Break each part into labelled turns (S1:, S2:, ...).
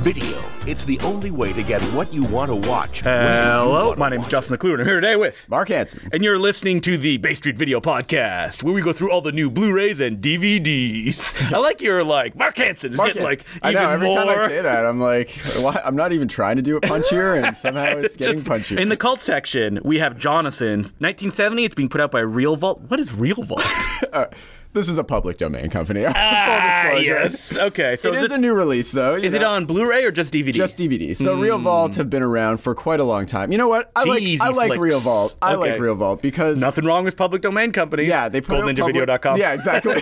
S1: Video. It's the only way to get what you want to watch. when you
S2: Hello,
S1: wanna
S2: my name's
S1: watch
S2: Justin McClure, and I'm here today with,
S3: Mark Hansen.
S2: and you're listening to the Bay Street Video Podcast, where we go through all the new Blu-rays and DVDs. I like your like Mark Hanson is
S3: Mark
S2: getting
S3: Hansen.
S2: like
S3: I
S2: even
S3: know. Every
S2: more.
S3: time I say that, I'm like, why? I'm not even trying to do it punchier, and somehow it's getting
S2: Just-
S3: punchier.
S2: In the cult section, we have Jonathan, 1970. It's being put out by Real Vault. What is Real Vault?
S3: this is a public domain company.
S2: ah,
S3: Full disclosure.
S2: yes. Okay, so
S3: It
S2: is,
S3: is
S2: this,
S3: a new release, though. you
S2: is it
S3: know.
S2: on Hmm. Blu-ray or just DVD?
S3: Just DVD. So Real Vault have been around for quite a long time. You know what? I
S2: Jeezy
S3: like I like
S2: flicks.
S3: Real Vault. I
S2: Okay.
S3: like Real Vault because
S2: Nothing wrong with public domain companies.
S3: yeah, they put it on public-
S2: GoldNinjaVideo.com.
S3: Yeah, exactly.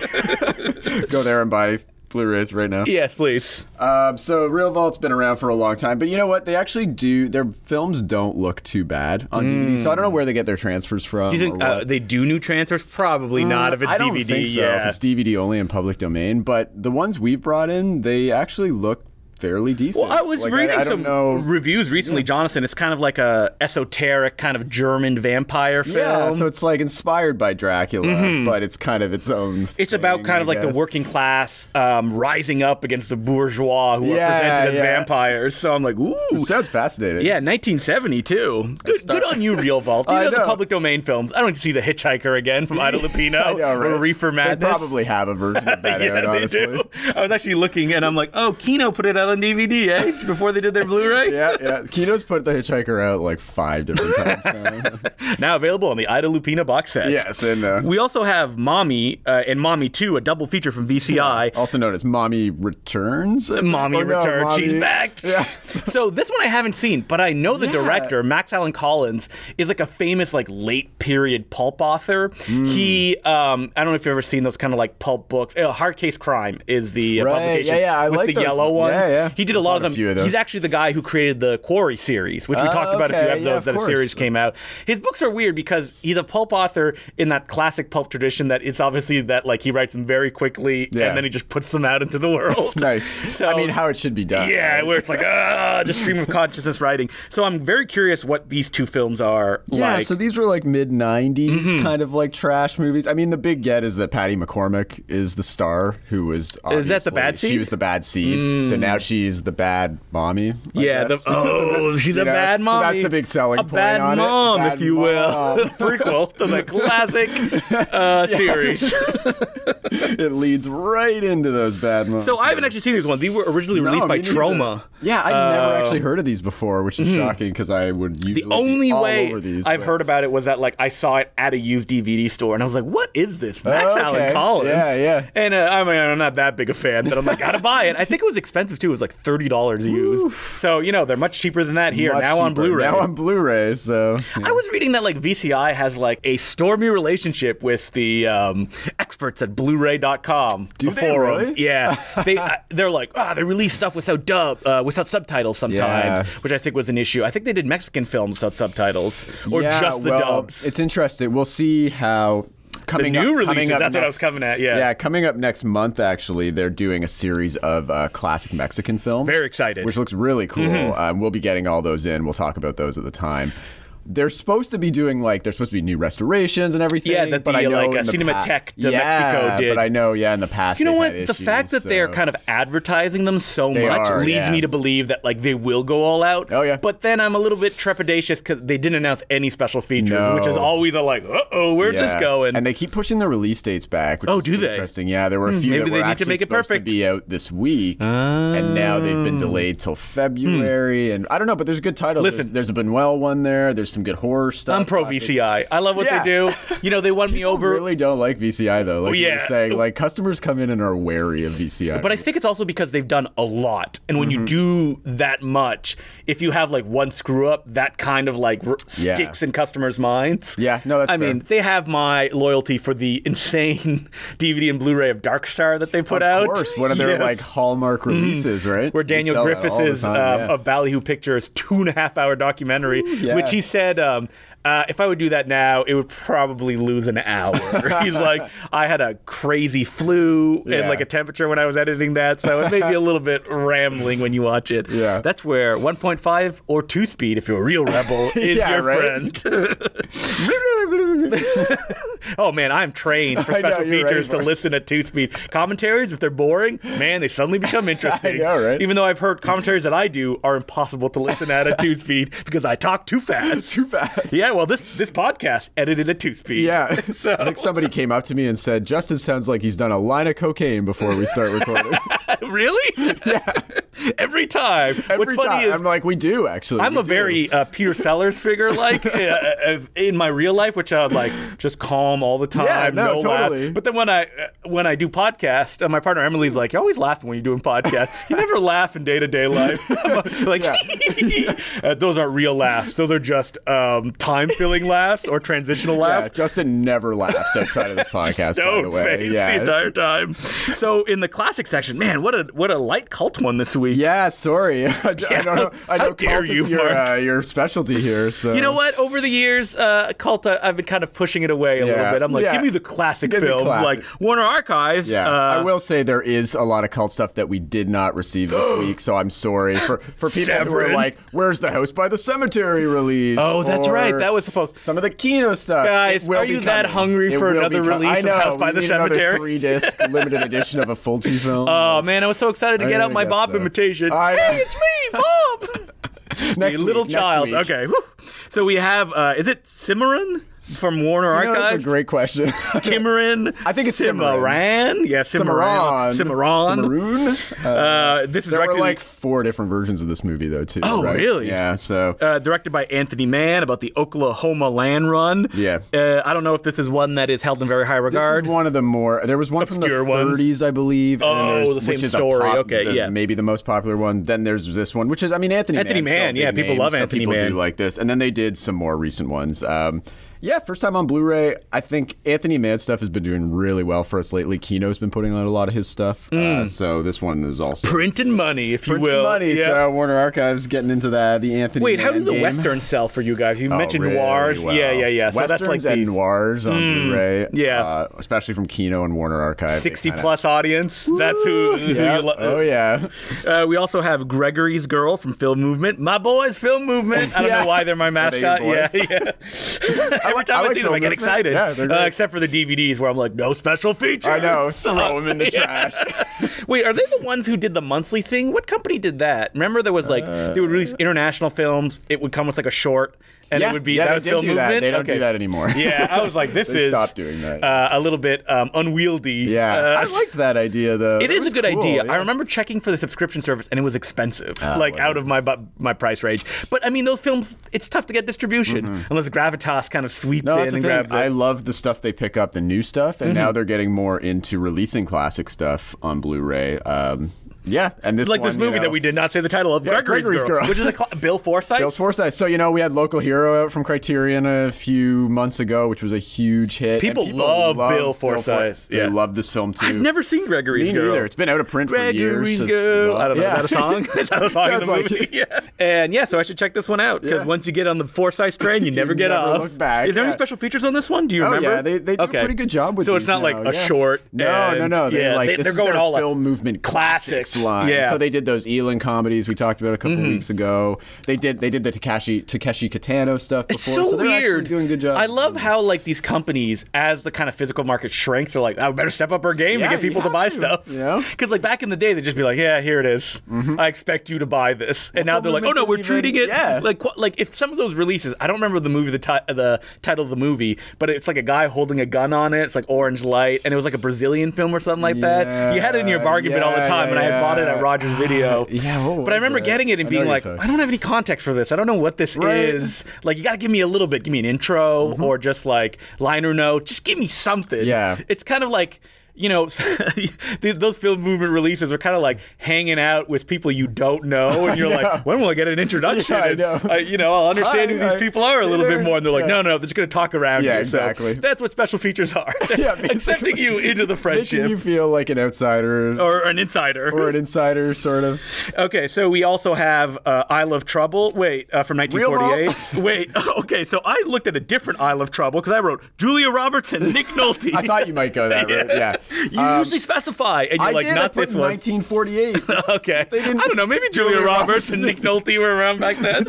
S3: Go there and buy Blu-rays right now.
S2: Yes, please.
S3: Um, so Real Vault's been around for a long time, but you know what? They actually do. Their films don't look too bad on DVD, so I don't know where they get their transfers from.
S2: Do Hmm. you think
S3: or
S2: uh,
S3: what. Mm,
S2: they do new transfers? Probably not if it's
S3: I don't
S2: DVD.
S3: think so.
S2: yeah.
S3: If it's DVD only in public domain, but the ones we've brought in, they actually look fairly decent.
S2: well, I was
S3: Like,
S2: reading
S3: I,
S2: some
S3: don't know.
S2: reviews recently, Jonathan. It's kind of like a esoteric kind of German vampire film.
S3: Yeah, so it's like inspired by Dracula, but it's kind of its own.
S2: Mm-hmm. It's about
S3: thing,
S2: kind of
S3: I
S2: like the
S3: guess.
S2: working class um, rising up against the bourgeois who
S3: Yeah,
S2: are presented as
S3: yeah.
S2: vampires. So I'm like, ooh.
S3: Sounds fascinating.
S2: Yeah, 1972. Good, good on you, Real Vault. These
S3: I
S2: are the
S3: know.
S2: public domain films. I don't need to see The Hitchhiker again from Ida Lupino
S3: I know, right?
S2: or Reefer Madness.
S3: They probably have a version of that
S2: yeah,
S3: out,
S2: they
S3: honestly.
S2: do. I was actually looking, and I'm like, oh, Kino put it out on DVD, eh? Before they did their Blu-ray.
S3: Yeah, yeah. Kino's put the Hitchhiker out like five different times. now.
S2: Now available on the Ida Lupina box set.
S3: yes, and uh,
S2: We also have Mommy uh, and Mommy 2, a double feature from VCI.
S3: also known as Mommy Returns.
S2: Mommy
S3: Or Oh, no,
S2: returned.
S3: Mommy-
S2: She's back.
S3: Yeah.
S2: so this one I haven't seen, but I know the
S3: Yeah.
S2: director, Max Allen Collins, is like a famous like late period pulp author.
S3: Hmm.
S2: He um I don't know if you've ever seen those kind of like pulp books. Uh, Hard Case Crime is the uh,
S3: Right,
S2: publication
S3: yeah, yeah, I
S2: with
S3: like
S2: the
S3: those.
S2: yellow one.
S3: Yeah, yeah.
S2: He did a lot
S3: Bought
S2: of
S3: a
S2: them.
S3: few of those.
S2: He's actually the guy who created the Quarry series, which we
S3: Oh,
S2: talked about a few
S3: okay, yeah,
S2: episodes
S3: of
S2: that a
S3: course.
S2: series came out. His books are weird because he's a pulp author in that classic pulp tradition that it's obviously that like he writes them very quickly
S3: Yeah.
S2: and then he just puts them out into the world.
S3: Nice.
S2: So-
S3: I mean, how it should be done.
S2: Yeah,
S3: right?
S2: where it's like ah, just stream of consciousness writing. So I'm very curious what these two films are
S3: Yeah,
S2: like. Mm-hmm.
S3: so these were like mid 90s kind of like trash movies. I mean, the big get is that Patty McCormick is the star who was
S2: Is that the
S3: obviously-
S2: bad
S3: She
S2: seed? Mm.
S3: was the bad seed. So now she's the bad mommy. I
S2: yeah, the,
S3: guess.
S2: oh, she's
S3: You
S2: a
S3: know,
S2: bad
S3: so
S2: mom.
S3: that's the big selling
S2: a
S3: point
S2: bad
S3: on it.
S2: mom,
S3: Bad
S2: if you
S3: mom.
S2: will, prequel to the classic uh, series.
S3: it leads right into those bad moms.
S2: so I haven't actually seen these ones. These were originally
S3: No,
S2: released by
S3: me neither.
S2: Trauma.
S3: Yeah, I've never
S2: Uh, mm-hmm.
S3: actually heard of these before, which is shocking because I would usually
S2: The only
S3: be all
S2: way
S3: over these.
S2: I've
S3: but-
S2: heard about it was that like I saw it at a used DVD store and I was like, "What is this?" Max
S3: Oh,
S2: Allen
S3: okay.
S2: Collins.
S3: Yeah, yeah.
S2: And uh, I mean, I'm not that big a fan, but I'm like, "Gotta buy it." I think it was expensive too. It was like thirty dollars used. So you know they're much cheaper than that here
S3: Much
S2: now on
S3: cheaper.
S2: Blu-ray.
S3: Now on Blu-ray, so
S2: I was reading that like VCI has like a stormy relationship with the um, experts at Blu-ray.com.
S3: Do
S2: the
S3: they
S2: forums.
S3: really?
S2: Yeah, they I- they're like ah they release stuff without dub uh, without subtitles sometimes,
S3: Yeah.
S2: which I think was an issue. I think they did Mexican films without subtitles or
S3: Yeah,
S2: just the
S3: well,
S2: dubs.
S3: It's interesting. We'll see how
S2: the
S3: coming
S2: new
S3: up,
S2: releases.
S3: coming up
S2: That's what I was
S3: next-
S2: coming at. Yeah.
S3: Yeah. coming up next month, actually, they're doing a series of uh, classic Mexican films.
S2: Very excited. Mm-hmm.
S3: Which looks really cool. Um, we'll be getting all those in. We'll talk about those at the time. They're supposed to be doing like they're supposed to be new restorations and everything.
S2: Yeah, that
S3: but
S2: the,
S3: I know
S2: like,
S3: in
S2: uh,
S3: the
S2: Cinematec
S3: pa-
S2: de Mexico
S3: Yeah,
S2: did.
S3: But I know, yeah, in the past.
S2: Do you know what?
S3: they've
S2: The
S3: had
S2: fact
S3: issues,
S2: that they are
S3: so-
S2: kind of advertising them so
S3: They
S2: much
S3: are,
S2: leads
S3: yeah.
S2: me to believe that like they will go all out.
S3: Oh, yeah.
S2: But then I'm a little bit trepidatious because they didn't announce any special features, which is
S3: No.
S2: always a like, uh oh, where's this
S3: Yeah.
S2: going?
S3: And they keep pushing the release dates back. Which
S2: Oh,
S3: is
S2: do they? Hmm.
S3: Interesting. Yeah, there were a few
S2: maybe
S3: that
S2: they
S3: were
S2: need to
S3: actually
S2: make it
S3: supposed
S2: perfect. Oh.
S3: to be out this week, and now they've been delayed till February. And I don't know, but there's a good title.
S2: Hmm. Listen.
S3: there's, there's a Benuel one there. There's some good horror stuff.
S2: I'm pro VCI. I love what
S3: Yeah.
S2: they do. You know, they won me
S3: I
S2: over.
S3: really don't like VCI though. Like you
S2: yeah.
S3: were saying, like customers come in and are wary of VCI.
S2: But I think it's also because they've done a lot, and when
S3: Mm-hmm.
S2: you do that much, if you have like one screw up, that kind of like r-
S3: Yeah.
S2: sticks in customers' minds.
S3: Yeah, no, that's
S2: I
S3: fair.
S2: mean, they have my loyalty for the insane DVD and Blu-ray of Dark Star that they put
S3: of
S2: out.
S3: course, one of their
S2: Yes. Hmm.
S3: like hallmark releases, right?
S2: Where
S3: They
S2: Daniel
S3: sell that all the
S2: Griffiths is
S3: time,
S2: um,
S3: yeah.
S2: of Ballyhoo Pictures two and a half hour documentary,
S3: yeah.
S2: which he said, um, uh, if I would do that now, it would probably lose an hour. He's like, I had a crazy flu and
S3: Yeah.
S2: like a temperature when I was editing that, so it may be a little bit rambling when you watch it.
S3: Yeah.
S2: That's where 1.5 or 2 speed, if you're a real rebel, is
S3: Yeah,
S2: your
S3: right?
S2: friend. oh man, I'm trained for
S3: I know,
S2: special
S3: you're ready
S2: features
S3: for
S2: to
S3: it.
S2: listen to two speed commentaries. If they're boring, man, they suddenly become interesting.
S3: know, right?
S2: Even though I've heard commentaries that I do are impossible to listen at a two speed because I talk too fast.
S3: Too fast.
S2: Yeah, well, this this podcast edited at two speed.
S3: Yeah.
S2: so
S3: I think somebody came up to me and said, Justin sounds like he's done a line of cocaine before we start recording.
S2: really, yeah, every time.
S3: Every
S2: What's funny
S3: time.
S2: is
S3: I'm like, we do, actually.
S2: I'm
S3: we
S2: a
S3: do."
S2: very uh, Peter Sellers figure, like uh, uh, in my real life, which I'm like just calm all the time,
S3: Yeah, no,
S2: laugh.
S3: totally.
S2: But then when I uh, when I do podcast, uh, my partner Emily's like, "You're always laughing when you're doing podcast. You never laugh in day to day life." I'm like uh, those aren't real laughs; those are just um, time filling laughs or transitional
S3: Yeah,
S2: laughs.
S3: Justin never laughs outside of this podcast, by the
S2: Stone
S3: way.
S2: face
S3: yeah.
S2: the entire time. So in the classic section, man, what a what a light cult one this week.
S3: yeah, sorry. I, d- I don't know. I
S2: How
S3: know
S2: dare
S3: cult is
S2: you,
S3: your,
S2: Mark.
S3: uh, your specialty here. So
S2: You know what? Over the years, uh, cult, I, I've been kind of pushing it away a little
S3: Yeah.
S2: bit. I'm like,
S3: Yeah.
S2: give me the classic
S3: Give me
S2: films,
S3: classic.
S2: like Warner Archives.
S3: Yeah,
S2: uh,
S3: I will say there is a lot of cult stuff that we did not receive this week, so I'm sorry for for people who
S2: Severin.
S3: are like, "Where's the House by the Cemetery release?"
S2: Oh, that's
S3: Or
S2: right. That was supposed-
S3: some of the Kino stuff.
S2: Guys,
S3: It will
S2: are
S3: be
S2: you that
S3: coming.
S2: hungry
S3: It
S2: for
S3: will
S2: another
S3: be com-
S2: release
S3: I
S2: of
S3: know,
S2: House
S3: we
S2: by the
S3: need another
S2: Cemetery.
S3: Three disc limited edition of a Fulci film.
S2: Oh man, I was so excited to
S3: I
S2: get out
S3: really
S2: my
S3: guess
S2: Bob
S3: so.
S2: imitation.
S3: I know.
S2: Hey, it's me, Bob.
S3: next
S2: A little
S3: week, next
S2: child.
S3: week.
S2: Okay. whew. So we have. Uh, is it Cimarron from Warner
S3: You know,
S2: Archives?
S3: that's a great question.
S2: Cimarron.
S3: I think it's Cimarron.
S2: Cimarron. Yeah, Cimarron. Cimarron.
S3: Cimarron. Uh,
S2: Uh, this is
S3: there were
S2: directed
S3: like four different versions of this movie, though. Too.
S2: Oh,
S3: right?
S2: really?
S3: Yeah. So
S2: uh, directed by Anthony Mann about the Oklahoma land run.
S3: Yeah.
S2: Uh, I don't know if this is one that is held in very high regard.
S3: This is one of the more. There was one
S2: Obscure
S3: from the
S2: ones.
S3: 30s, I believe. and then
S2: Oh,
S3: there's-
S2: the same
S3: which is a
S2: story. Okay,
S3: the-
S2: yeah.
S3: maybe the most popular one. Then there's this one, which is I mean Anthony.
S2: Anthony
S3: Mann's still a
S2: Mann,
S3: big
S2: yeah, people
S3: name,
S2: love
S3: so
S2: Anthony
S3: people
S2: Mann.
S3: do like this, and then they did some more recent ones. Um, yeah, first time on Blu-ray. I think Anthony Mann stuff has been doing really well for us lately. Kino's been putting out a lot of his stuff,
S2: Hmm.
S3: uh, so this one is also
S2: Printing money, if you
S3: Prince
S2: will.
S3: money.
S2: Yeah.
S3: So Warner Archives getting into that. The Anthony.
S2: Wait, how do
S3: Mann
S2: the
S3: game.
S2: westerns sell for you guys? You
S3: Oh,
S2: mentioned
S3: really
S2: noirs.
S3: well.
S2: Yeah, yeah, yeah. So
S3: Westerns
S2: that's like the Hmm.
S3: and noirs on Blu-ray.
S2: yeah.
S3: uh, especially from Kino and Warner Archive. they
S2: 60
S3: kinda-
S2: plus audience. That's who, who
S3: Yeah.
S2: you lo-
S3: oh yeah.
S2: Uh, we also have Gregory's girl from Film Movement. My boys, Film Movement. I don't know
S3: Yeah.
S2: why they're my
S3: Are they your
S2: mascot. yeah,
S3: boys?
S2: yeah. Every
S3: like-
S2: time
S3: I
S2: I,
S3: like
S2: see them,
S3: Film
S2: I get
S3: Movement.
S2: excited.
S3: Yeah, they're
S2: uh,
S3: great.
S2: except for the DVDs where I'm like, no special features.
S3: I know.
S2: Like,
S3: Throw him in the trash.
S2: Wait, are they the ones who did the monthly thing? What company did that? Remember, there was like they would release international films. It would come with like a short, and
S3: Uh, yeah,
S2: it would be
S3: yeah,
S2: that
S3: they
S2: was
S3: did
S2: film
S3: do
S2: movement.
S3: That. They don't
S2: Okay.
S3: do that anymore.
S2: Yeah, I was like, this
S3: They
S2: is
S3: stopped doing that.
S2: Uh, a little bit um, unwieldy.
S3: yeah.
S2: Uh,
S3: I liked that idea though.
S2: it is
S3: was
S2: a good
S3: cool,
S2: idea.
S3: yeah. Ah,
S2: I remember checking for the subscription service, and it was expensive, like
S3: well.
S2: out of my bu- my price range. But I mean, those films, it's tough to get distribution unless Gravitas kind of sweeps
S3: Mm-hmm. No,
S2: in
S3: that's
S2: and
S3: the
S2: grabs
S3: thing. I
S2: it.
S3: love the stuff they pick up, the new stuff, and
S2: Mm-hmm.
S3: now they're getting more into releasing classic stuff on Blu-ray. Um, yeah, and this
S2: It's like this
S3: one, you
S2: movie that
S3: know-
S2: we did not say the title of,
S3: Yeah,
S2: Gregory's,
S3: Gregory's
S2: Girl,
S3: Girl.
S2: which is a cl- Bill Forsyth.
S3: Bill Forsyth. Uh, So you know, we had Local Hero out from Criterion a few months ago, which was a huge hit. And
S2: People love Bill
S3: Forsyth.
S2: Forsyth, yeah.
S3: They love this film too.
S2: I've never seen Gregory's
S3: Me
S2: Girl.
S3: neither. It's been out of print for years.
S2: Gregory's
S3: It's-
S2: Girl. I don't know.
S3: Yeah.
S2: Is that a song? Is that a song in
S3: Sounds
S2: the
S3: like
S2: movie?
S3: it.
S2: yeah. And yeah, so I should check this one out because
S3: Yeah.
S2: once you get on the Forsyth train, you never get
S3: never
S2: off.
S3: look back,
S2: Is there any
S3: yeah.
S2: special features on this one? Do you
S3: Oh
S2: remember?
S3: yeah, they, they do
S2: okay.
S3: a pretty good job with.
S2: So it's
S3: these
S2: not like
S3: now,
S2: a
S3: yeah.
S2: short.
S3: No,
S2: and-
S3: no, no. They're
S2: yeah,
S3: like
S2: they,
S3: this
S2: are
S3: is
S2: going
S3: their
S2: all
S3: film
S2: like,
S3: movement classics,
S2: Classics,
S3: line.
S2: yeah. Mm-hmm.
S3: So they did those Elin comedies we talked about a couple weeks ago. They did they did the Takeshi Takeshi Kitano stuff before.
S2: It's so,
S3: they're actually
S2: weird.
S3: Doing a good job.
S2: I love how like these companies, as the kind of physical market shrinks, are like, "I better step up our game
S3: Yeah,
S2: to get
S3: you
S2: people to
S3: have
S2: buy
S3: to,
S2: stuff."
S3: you know?
S2: because like back in the day, they'd just be like, "Yeah, here it is.
S3: Mm-hmm.
S2: I expect you to buy this," and now they're like, "Oh no, we're
S3: even-
S2: treating it
S3: yeah.
S2: like qu- like if some of those releases, I don't remember the movie, the ti- the title of the movie, but it's like a guy holding a gun on it. It's like orange light, and it was like a Brazilian film or something like that. You had it in your
S3: Yeah,
S2: bargain bin all the
S3: yeah,
S2: time, and I had
S3: yeah,
S2: bought it at
S3: yeah.
S2: Rogers Video.
S3: Yeah, what
S2: but I
S3: was
S2: remember
S3: that?
S2: getting it and
S3: I know
S2: being
S3: what you're
S2: like,
S3: talking
S2: "I don't have any context for this. I don't know what this
S3: Right.
S2: is." Like you gotta give me a little bit. Give me an intro or just like liner note. Just give me something.
S3: Mm-hmm. Yeah.
S2: It's kind of like you know, th- those film movement releases are kind of like hanging out with people you don't know, and you're like, when will I get an introduction?
S3: Yeah, I
S2: And,
S3: know.
S2: uh, you know, I'll understand
S3: Hi,
S2: who these
S3: I-
S2: people are a little bit more, and they're like,
S3: Yeah.
S2: no, no, they're just gonna talk around
S3: Yeah,
S2: you. So
S3: exactly.
S2: that's what special features are.
S3: Yeah,
S2: accepting
S3: basically.
S2: you into the
S3: Making you
S2: friendship.
S3: feel like an outsider or,
S2: Or an insider.
S3: an insider, sort of.
S2: Okay, so we also have uh, Isle of Trouble. Wait, uh, from
S3: Real
S2: 1948. Wait, oh, okay, so I looked at a different Isle of Trouble because I wrote Julia Roberts and Nick Nolte.
S3: I thought you might go that route. Yeah. Um,
S2: You usually specify, and you're
S3: I
S2: like,
S3: did. I
S2: not
S3: put
S2: this one.
S3: 1948.
S2: okay. I
S3: didn't-
S2: don't know. Maybe Julia,
S3: Julia
S2: Roberts
S3: Roberts
S2: and Nick Nolte were around back then.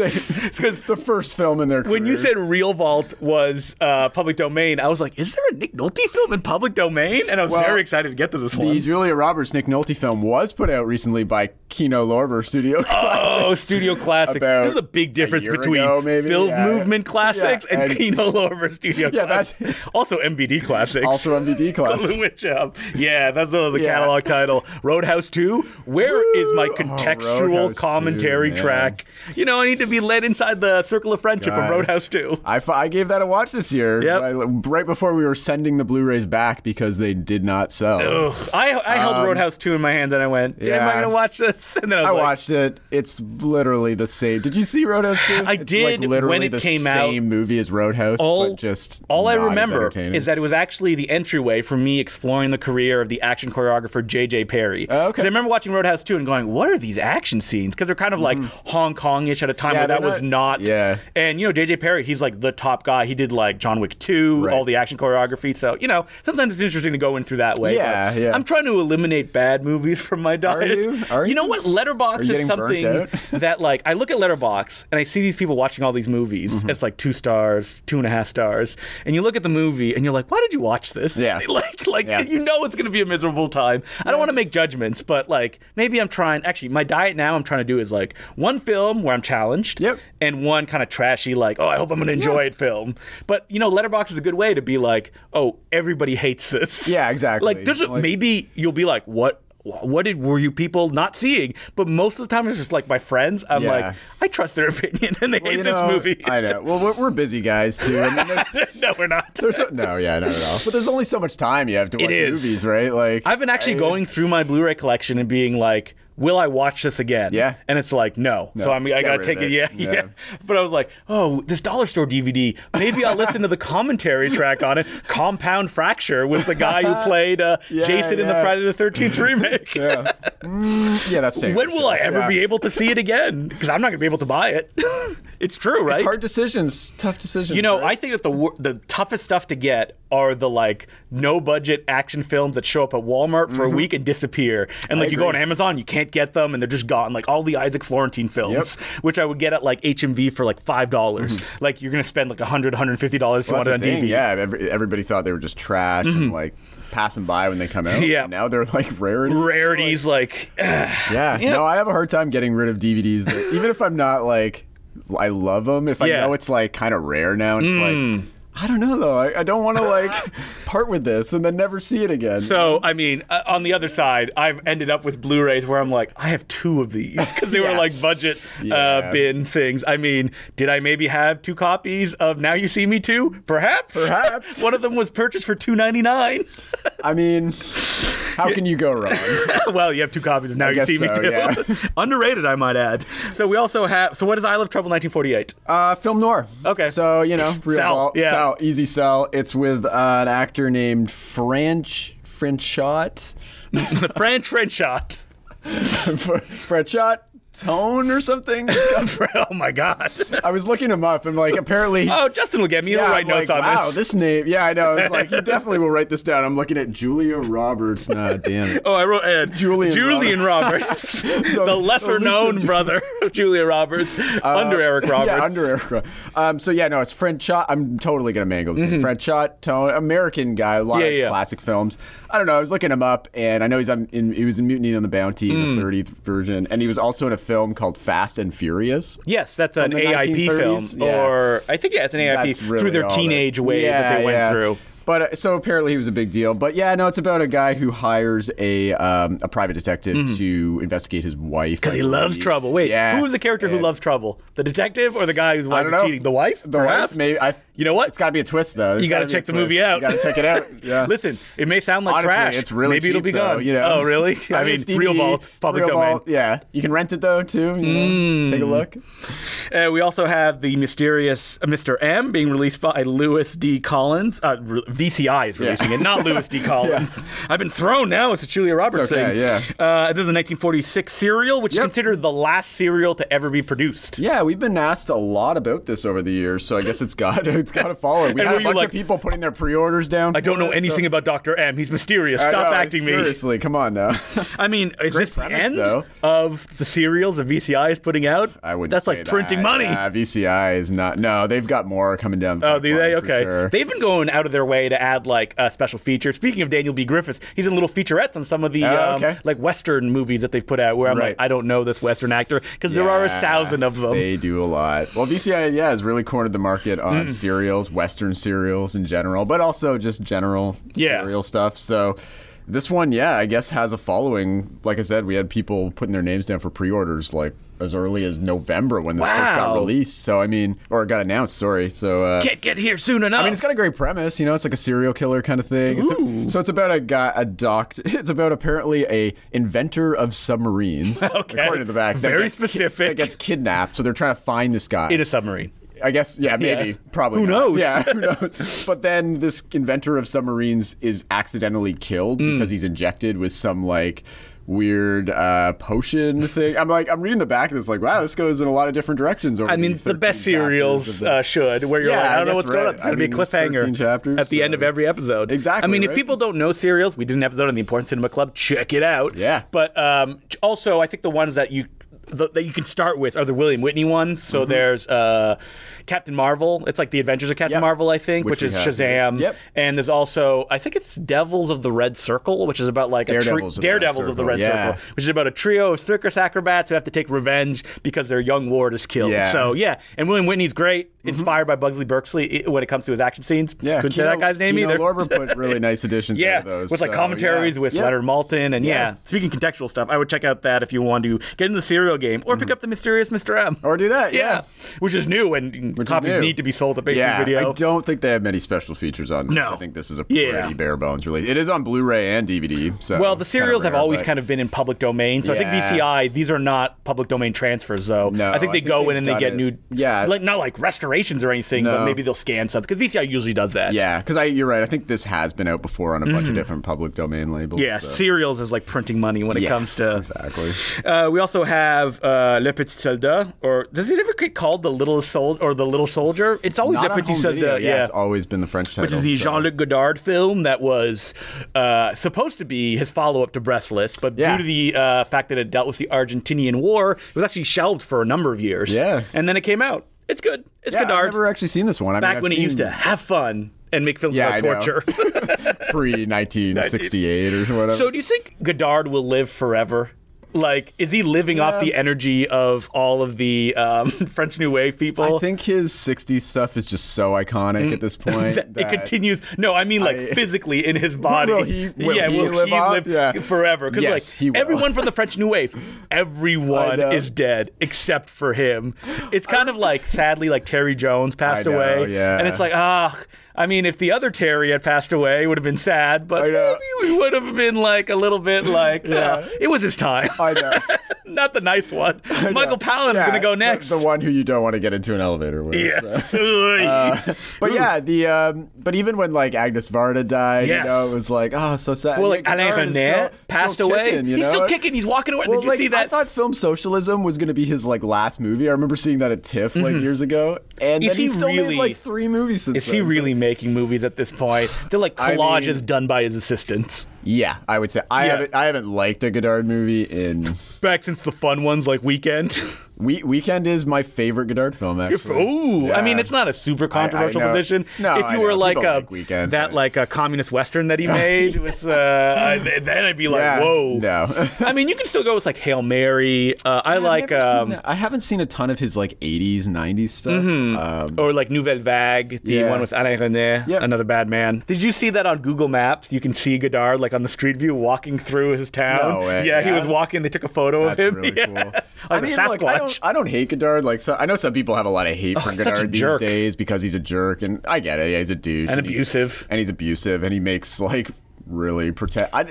S2: Because
S3: the first film in their career.
S2: when you said Real Vault was uh, public domain, I was like, is there a Nick Nolte film in public domain? And I was
S3: Well,
S2: very excited to get to this
S3: the
S2: one.
S3: Julia Roberts Nick Nolte film was put out recently by Kino Lorber Studio.
S2: Oh, Studio Classic.
S3: About
S2: There's a big difference
S3: year
S2: between
S3: ago, maybe,
S2: film
S3: yeah.
S2: movement classics
S3: Yeah,
S2: and
S3: and-
S2: Kino Lorber Studio
S3: Yeah, that's-
S2: classics. Also MBD classics.
S3: also MVD class.
S2: Which, um, yeah, that's the the
S3: Yeah.
S2: catalog title. Roadhouse 2. Where is my
S3: Woo! Oh,
S2: contextual
S3: Roadhouse 2,
S2: commentary
S3: man.
S2: track? You know, I need to be led inside the circle of friendship of
S3: God.
S2: Roadhouse 2.
S3: I, fi- I gave that a watch this year,
S2: Yep.
S3: I- right before we were sending the Blu-rays back because they did not sell.
S2: Ugh. I, I held Roadhouse 2 in my hands and I went, "Damn, am I
S3: Um, yeah.
S2: going to watch this? And then I was
S3: I
S2: like,
S3: watched it. It's literally the same. Did you see Roadhouse? Too?
S2: I
S3: it's
S2: did
S3: Like literally
S2: when it
S3: the
S2: came out.
S3: same movie as Roadhouse,
S2: all
S3: but just
S2: all I
S3: not as
S2: remember
S3: entertaining.
S2: is that it was actually the entryway for me exploring the career of the action choreographer JJ Perry.
S3: Oh, okay.
S2: 'Cause I remember watching Roadhouse 2 and going, "What are these action scenes?" Because they're kind of like Hong Kong-ish at a time
S3: Mm-hmm. Yeah,
S2: where that
S3: they're
S2: was
S3: not-
S2: not.
S3: yeah.
S2: And you know JJ Perry, he's like the top guy. He did like John Wick 2,
S3: Right.
S2: all the action choreography. So you know sometimes it's interesting to go in through that way.
S3: Yeah,
S2: but
S3: yeah.
S2: I'm trying to eliminate bad movies from my diet.
S3: you? Are
S2: know
S3: you?
S2: what? Letterbox
S3: Are you
S2: is
S3: getting burnt
S2: something
S3: out?
S2: that like I look at Letterbox and I see these people watching all these movies.
S3: Mm-hmm.
S2: It's like two stars, two and a half stars, and you look at the movie and you're like, why did you watch this?
S3: Yeah.
S2: like like
S3: Yeah.
S2: you know it's gonna be a miserable time. I don't want to make judgments, but like maybe I'm trying. Actually, my diet now I'm trying to do is like one film where I'm challenged,
S3: Yep.
S2: and one kind of trashy like oh I hope I'm gonna enjoy it film. But you know Letterbox is a good way to be like oh everybody hates this.
S3: Yeah, exactly.
S2: Like there's a,
S3: Like-
S2: maybe you'll be like what what did were you people not seeing? But most of the time it's just like my friends. I'm
S3: Yeah.
S2: like I trust their opinion and they hate
S3: you
S2: this
S3: know,
S2: movie.
S3: I know. Well, we're, we're busy guys too. I mean, there's,
S2: no, we're not.
S3: there's no, no, yeah, not at all. But there's only so much time you have to watch
S2: is.
S3: movies, right? Like
S2: I've been actually
S3: I-
S2: going through my Blu-ray collection and being like, "Will I watch this again?"
S3: Yeah.
S2: and it's like, "No." so I'm, I
S3: get
S2: gotta
S3: rid
S2: take
S3: of
S2: it.
S3: it.
S2: Yeah, yeah,
S3: Yeah.
S2: But I was like, "Oh, this dollar store DVD. Maybe I'll listen to the commentary track on it. Compound Fracture with the guy who played uh,
S3: Yeah,
S2: Jason in the
S3: yeah.
S2: Friday the Thirteenth remake."
S3: Yeah, Mm, yeah, that's taking
S2: When
S3: a
S2: will
S3: shot.
S2: I ever
S3: Yeah.
S2: be able to see it again? Because I'm not gonna be able to buy it. it's true, right?
S3: It's hard decisions, tough decisions.
S2: You know,
S3: right?
S2: I think that the wor- the toughest stuff to get are the like no budget action films that show up at Walmart for a week and disappear. And like you go on
S3: Mm-hmm. agree.
S2: Amazon, you can't get them, and they're just gone. Like all the Isaac Florentine films, which I would get at like HMV for like five dollars. Like you're gonna spend like 100 150 dollars if
S3: Mm-hmm. Well,
S2: you
S3: that's
S2: want
S3: the
S2: it on
S3: thing,
S2: DVD.
S3: Yeah, every, everybody thought they were just trash and like passing by when they come out.
S2: Mm-hmm. Yeah.
S3: And Now they're like rarities.
S2: Rarities like
S3: Yeah. No, I have a hard time getting rid of DVDs, that, even if I'm not like, I love them. If I
S2: Yeah. Mm.
S3: know it's like kind of rare now, and it's like, I don't know though. I, I don't want to like part with this and then never see it again.
S2: So, I mean, uh, on the other side, I've ended up with Blu-rays where I'm like, I have two of these because they were
S3: Yeah.
S2: like budget uh,
S3: Yeah.
S2: bin things. I mean, did I maybe have two copies of Now You See Me Too? Perhaps.
S3: Perhaps.
S2: One of them was purchased for two ninety nine.
S3: I mean, how can you go wrong?
S2: well, you have two copies of Now You
S3: guess
S2: See Me
S3: so,
S2: Too.
S3: yeah.
S2: Underrated, I might add. So we also have. So what is I Love Trouble 1948?
S3: Uh, film noir.
S2: Okay.
S3: So you know, real
S2: Sell,
S3: ball-
S2: yeah.
S3: sell, easy sell. It's with uh, an actor named French Frenchot.
S2: the French French shot.
S3: for, for a shot tone or something.
S2: oh my God.
S3: I was looking him up and like apparently.
S2: Oh, Justin will get me. He'll
S3: yeah,
S2: write
S3: I'm
S2: notes
S3: like,
S2: on
S3: wow,
S2: this.
S3: this. name. Yeah, I know. It's like he definitely will write this down. I'm looking at Julia Roberts. Nah, damn it.
S2: Oh, I wrote uh,
S3: Julian
S2: Julian Roberts, the,
S3: the
S2: lesser
S3: lucid
S2: known
S3: Ju-
S2: brother of Julia Roberts, under Eric Roberts.
S3: Uh, Yeah, under Eric. Ro- Um, so yeah, no, it's French shot. I'm totally gonna mangle this. name. French shot tone, American guy, a lot
S2: Mm-hmm. Yeah,
S3: of
S2: yeah.
S3: classic films. I don't know. I was looking him up, and I know he's on, in, he was in Mutiny on the Bounty,
S2: Mm.
S3: the 30th version, and he was also in a film called Fast and Furious.
S2: Yes, that's an
S3: From the
S2: AIP film,
S3: 1930s? Yeah.
S2: or I think yeah, it's an AIP
S3: That's really
S2: through their
S3: all that-
S2: teenage wave that
S3: Yeah,
S2: they went
S3: yeah.
S2: through.
S3: But uh, so apparently he was a big deal. But yeah, no, it's about a guy who hires a um, a private detective to investigate his wife.
S2: Mm-hmm. He loves trouble. Wait,
S3: yeah.
S2: who was the character who
S3: And
S2: loves trouble? The detective or the guy whose
S3: I
S2: wife
S3: don't
S2: is
S3: know.
S2: cheating? The wife?
S3: The
S2: perhaps?
S3: wife, maybe. I,
S2: You know what?
S3: It's got to be a twist, though. There's
S2: You gotta
S3: gotta be
S2: check
S3: a
S2: the
S3: twist.
S2: movie out.
S3: You got to check it out. Yeah.
S2: Listen, it may sound like
S3: uh, Honestly,
S2: trash.
S3: it's really
S2: Maybe
S3: cheap,
S2: it'll be
S3: though,
S2: gone.
S3: you know?
S2: Oh, really? I, mean,
S3: it's DVD,
S2: Real Vault, public
S3: E, Real
S2: domain. Hmm.
S3: Vault, yeah, you can rent it though too. You know, Take a look.
S2: Uh, we also have the mysterious Mr. M being released by Lewis D. Collins. Uh, re- VCI is releasing it, not Lewis D. Collins. I've been thrown now. It's a Julia Roberts
S3: okay,
S2: thing.
S3: yeah.
S2: Uh, this is a 1946 serial, which
S3: Yep.
S2: is considered the last serial to ever be produced.
S3: Yeah, we've been asked a lot about this over the years, so I guess it's got it's got to follow.
S2: And
S3: We had
S2: were
S3: a
S2: you
S3: bunch
S2: like,
S3: of people putting their pre-orders down.
S2: I don't know anything about Dr. M. He's mysterious. Stop acting me.
S3: Seriously, come on now.
S2: I mean, is this the
S3: premise,
S2: end
S3: though.
S2: of the serials that VCI is putting out?
S3: I would.
S2: That's
S3: say
S2: like printing
S3: that.
S2: money.
S3: Yeah, VCI is not. No, they've got more coming down. The
S2: Oh, do they?
S3: pipeline, for
S2: Okay.
S3: sure.
S2: They've been going out of their way to add like a special feature. Speaking of Daniel B. Griffiths, he's in little featurettes on some of the
S3: Oh,
S2: um,
S3: okay.
S2: like Western movies that they've put out. Where I'm
S3: Right.
S2: like, I don't know this Western actor because there are a
S3: Yeah,
S2: thousand of them.
S3: They do a lot. Well, VCI, yeah, has really cornered the market
S2: Mm.
S3: on cereals, Western cereals in general, but also just general
S2: Yeah.
S3: cereal stuff. So this one, yeah, I guess has a following. Like I said, we had people putting their names down for pre-orders like as early as November when this first got
S2: Wow.
S3: released. So I mean, or got announced. Sorry. So uh,
S2: Can't get here soon enough.
S3: I mean, it's got a great premise. You know, it's like a serial killer kind of thing. It's a- so it's about a guy, a doctor. It's about apparently a inventor of submarines.
S2: Okay.
S3: according to the back, that
S2: Very
S3: gets ki-
S2: specific.
S3: that gets kidnapped, so they're trying to find this guy.
S2: in a submarine.
S3: I guess, yeah, maybe,
S2: Yeah.
S3: probably.
S2: Who
S3: not.
S2: knows?
S3: Yeah, who knows? But then this inventor of submarines is accidentally killed
S2: Hmm.
S3: because he's injected with some like weird uh, potion thing. I'm like, I'm reading the back of this, like, wow, this goes in a lot of different directions. Over
S2: I mean, the
S3: 13
S2: best
S3: chapters
S2: serials
S3: of the-
S2: uh, should, where you're
S3: Yeah,
S2: like, I
S3: I
S2: don't know
S3: guess,
S2: what's
S3: right.
S2: going on. It's
S3: I
S2: going to be a
S3: mean, there's
S2: cliffhanger
S3: 13 chapters,
S2: at the end
S3: so-
S2: of every episode. I
S3: Exactly,
S2: mean, if
S3: right?
S2: people don't know serials, we did an episode on the Important Cinema Club. Check it out.
S3: Yeah.
S2: But um, also, I think the ones that you the, that you can start with are the William Whitney ones. So
S3: Mm-hmm.
S2: there's uh, Captain Marvel. It's like the Adventures of Captain
S3: Yep.
S2: Marvel, I think,
S3: Which
S2: which,
S3: we
S2: is
S3: have.
S2: Shazam.
S3: Yep.
S2: And there's also I think it's Devils of the Red Circle, which is about like
S3: Daredevils
S2: a tri-
S3: of the Red
S2: Daredevils of the
S3: Circle,
S2: Red
S3: yeah.
S2: Circle, which is about a trio of circus acrobats who have to take revenge because their young ward is killed.
S3: Yeah. Mm-hmm.
S2: So yeah, and William Whitney's great, inspired by Bugsley Berksley i- when it comes to his action scenes.
S3: Yeah,
S2: couldn't
S3: Kino-
S2: say that guy's name
S3: Kino
S2: either.
S3: Lorber put really nice additions.
S2: yeah,
S3: out of those,
S2: with like
S3: so,
S2: commentaries
S3: yeah.
S2: with
S3: Yeah.
S2: Leonard Maltin, and yeah.
S3: Yeah.
S2: speaking contextual stuff, I would check out that if you want to get in the serial game or pick up the mysterious Mr. M.
S3: Mm-hmm. Or do that, yeah.
S2: which is new and
S3: Which is
S2: copies
S3: new.
S2: need to be sold at Basic
S3: Yeah,
S2: Video.
S3: I don't think they have many special features on this.
S2: No.
S3: I think this is a pretty
S2: Yeah.
S3: bare bones release. It is on Blu-ray and DVD. So
S2: Well, the
S3: it's kinda
S2: serials have
S3: rare,
S2: always
S3: but-
S2: kind of been in public domain, so I
S3: Yeah.
S2: think VCI these are not public domain transfers, though.
S3: No,
S2: I think they
S3: I think
S2: go in
S3: they've
S2: and they
S3: done
S2: get
S3: it-
S2: new,
S3: yeah.
S2: like not like restorations or anything, but
S3: No.
S2: maybe they'll scan something because VCI usually does that.
S3: Yeah, because I you're right. I think this has been out before on a bunch of different public domain labels.
S2: Mm-hmm. Yeah,
S3: so-
S2: serials is like printing money when it
S3: Yeah,
S2: comes to.
S3: exactly.
S2: Uh, we also have uh, Le Petit Soldat, or does it ever get called the Little Soldier or the Little Soldier? It's always
S3: Not
S2: Le
S3: on
S2: Petit
S3: home
S2: Soldat,
S3: video.
S2: yeah.
S3: it's always been the French title.
S2: which is the
S3: so-
S2: Jean-Luc Godard film that was uh, supposed to be his follow-up to Breathless, but
S3: Yeah.
S2: due to the uh, fact that it dealt with the Argentinian War, it was actually shelved for a number of years.
S3: Yeah.
S2: and then it came out. It's good. It's
S3: Yeah, I've
S2: Godard
S3: never actually seen this one. I mean,
S2: back
S3: I've
S2: when
S3: seen
S2: he used to have fun and make films
S3: Yeah,
S2: about
S3: I know.
S2: torture.
S3: pre 1968 or whatever.
S2: so, do you think Godard will live forever? Like, is he living off the energy of all of the um, French New Wave people?
S3: I think his 60s stuff is just so iconic at this point.
S2: Mm. that it
S3: that-
S2: continues. No, I mean like
S3: I-
S2: physically in his body.
S3: Will he- will
S2: yeah,
S3: he
S2: will
S3: live
S2: he
S3: on?
S2: live
S3: Yeah.
S2: forever? Because
S3: Yes, he
S2: like
S3: will.
S2: everyone from the French New Wave,
S3: I
S2: everyone
S3: know.
S2: is dead except for him. It's kind of like sadly like Terry Jones passed
S3: I know,
S2: away,
S3: yeah.
S2: and it's like ah. I mean, if the other Terry had passed away, it would have been sad, but
S3: I know.
S2: maybe we would have been like a little bit like, "Ah, it was his time.
S3: I know.
S2: Not the nice one. Michael Palin is
S3: Yeah,
S2: going to go
S3: the-
S2: next.
S3: The, one who you don't want to get into an elevator with. so.
S2: yes. Ooh.
S3: But yeah, the um, but even when like Agnes Varda died,
S2: Yes.
S3: you know, it was like oh so sad.
S2: Well,
S3: Yeah,
S2: like Alain
S3: Godard is
S2: René
S3: still-
S2: passed
S3: still
S2: away.
S3: kicking, you
S2: he's still
S3: know?
S2: kicking. He's walking away.
S3: Well,
S2: Did you
S3: like,
S2: see that?
S3: I thought film socialism was going to be his like last movie. I remember seeing that at TIFF like years ago, and
S2: Mm-hmm. Is he
S3: then he's still
S2: really-
S3: made like three movies since.
S2: Is he
S3: then.
S2: really making movies at this point? They're like
S3: I mean-
S2: collages done by his assistants.
S3: Yeah, I would say I
S2: Yeah.
S3: haven't I haven't liked a Godard movie in
S2: Back since the fun ones like Weekend.
S3: we- Weekend is my favorite Godard film actually.
S2: Ooh, I mean,
S3: Yeah.
S2: it's not a super controversial
S3: know.
S2: position.
S3: No,
S2: if
S3: I
S2: you were
S3: know.
S2: like,
S3: People
S2: a,
S3: like Weekend,
S2: that
S3: but-
S2: like a communist western that he made with, uh, I, then I'd be like,
S3: Yeah,
S2: whoa.
S3: no.
S2: I mean, you can still go with like Hail Mary. Uh, I like.
S3: I've never seen
S2: um,
S3: that. I haven't seen a ton of his like 80s 90s stuff.
S2: Mm-hmm.
S3: Um,
S2: Or like Nouvelle Vague, the
S3: Yeah.
S2: one with Alain René,
S3: Yep.
S2: another bad man. Did you see that on Google Maps? You can see Godard like on the street view walking through his town.
S3: No way.
S2: Yeah, he
S3: Yeah.
S2: was walking. They took a photo
S3: That's
S2: of him.
S3: really
S2: Yeah.
S3: cool.
S2: Like
S3: I
S2: a
S3: mean, like, I
S2: Sasquatch.
S3: don't, I don't hate Godard. Like, so, I know some people have a lot of hate for
S2: he's such a
S3: Godard these
S2: jerk.
S3: days because he's a jerk, and I get it. Yeah, he's a douche
S2: And
S3: he-
S2: abusive.
S3: and he's abusive, and he makes like really pretend. I, like,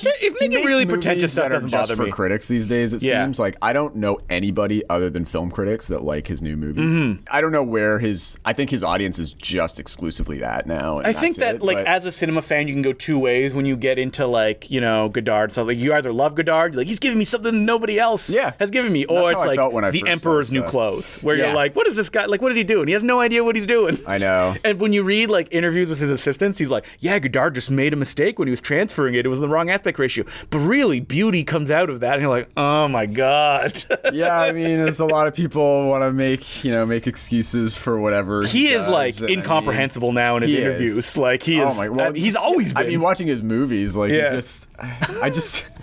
S2: Prete- if making
S3: makes
S2: really
S3: movies
S2: pretentious stuff
S3: that are
S2: doesn't
S3: just
S2: bother
S3: for
S2: me.
S3: critics these days. It
S2: Yeah.
S3: seems like I don't know anybody other than film critics that like his new movies.
S2: Mm-hmm.
S3: I don't know where his. I think his audience is just exclusively that now. and
S2: I think
S3: that's
S2: that
S3: it,
S2: like
S3: but-
S2: as a cinema fan, you can go two ways when you get into like you know Godard. So like you either love Godard, you're like he's giving me something nobody else
S3: Yeah.
S2: has given me,
S3: That's
S2: or
S3: how
S2: it's
S3: I
S2: like
S3: felt when I
S2: the
S3: first
S2: Emperor's
S3: saw
S2: New
S3: stuff.
S2: Clothes, where
S3: Yeah.
S2: you're like, what is this guy like? What is he doing? He has no idea what he's doing.
S3: I know.
S2: and when you read like interviews with his assistants, he's like, yeah, Godard just made a mistake when he was transferring it. It was the wrong aspect ratio. But really, beauty comes out of that, and you're like, oh my god.
S3: yeah, I mean, there's a lot of people want to make you know make excuses for whatever.
S2: He is
S3: does,
S2: like
S3: and I mean-
S2: incomprehensible now in his
S3: He is.
S2: interviews. Like he
S3: Oh
S2: is,
S3: my- well,
S2: uh, he's
S3: just-
S2: always
S3: I
S2: been.
S3: mean, watching his movies, like it
S2: Yeah.
S3: just, I just,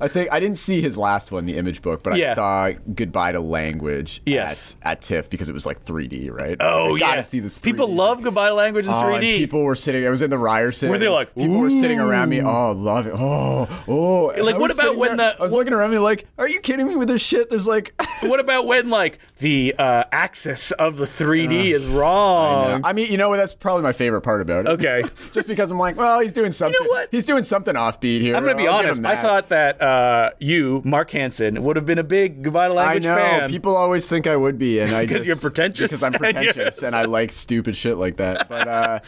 S3: I think I didn't see his last one, the Image Book, but
S2: Yeah.
S3: I saw Goodbye to Language.
S2: Yes.
S3: At, at TIFF because it was like 3D, right?
S2: Oh yeah,
S3: I Gotta see this. 3D.
S2: People love goodbye language in
S3: Oh, and
S2: 3D.
S3: people were sitting. I was in the Ryerson.
S2: Were they
S3: and
S2: like,
S3: people were sitting around me? Oh, love it. Oh, oh. And
S2: Like,
S3: I
S2: what
S3: was
S2: about
S3: sitting
S2: when
S3: there-
S2: the-
S3: I was
S2: what-
S3: looking around me like, are you kidding me with this shit? There's like,
S2: what about when like the uh, axis of the 3D is wrong?
S3: I mean, you know what? That's probably my favorite part about it.
S2: Um, Okay.
S3: Just because I'm like, well, he's doing something.
S2: what?
S3: He's doing something offbeat here.
S2: I'm gonna be
S3: I'll give
S2: honest.
S3: him
S2: I
S3: that.
S2: thought that uh, you, Mark Hansen, would have been a big goodbye
S3: I
S2: language
S3: know
S2: fan.
S3: people always think I would be, and I
S2: 'Cause
S3: just,
S2: you're pretentious,
S3: because I'm
S2: and you're-
S3: pretentious and I like stupid shit like that. But uh,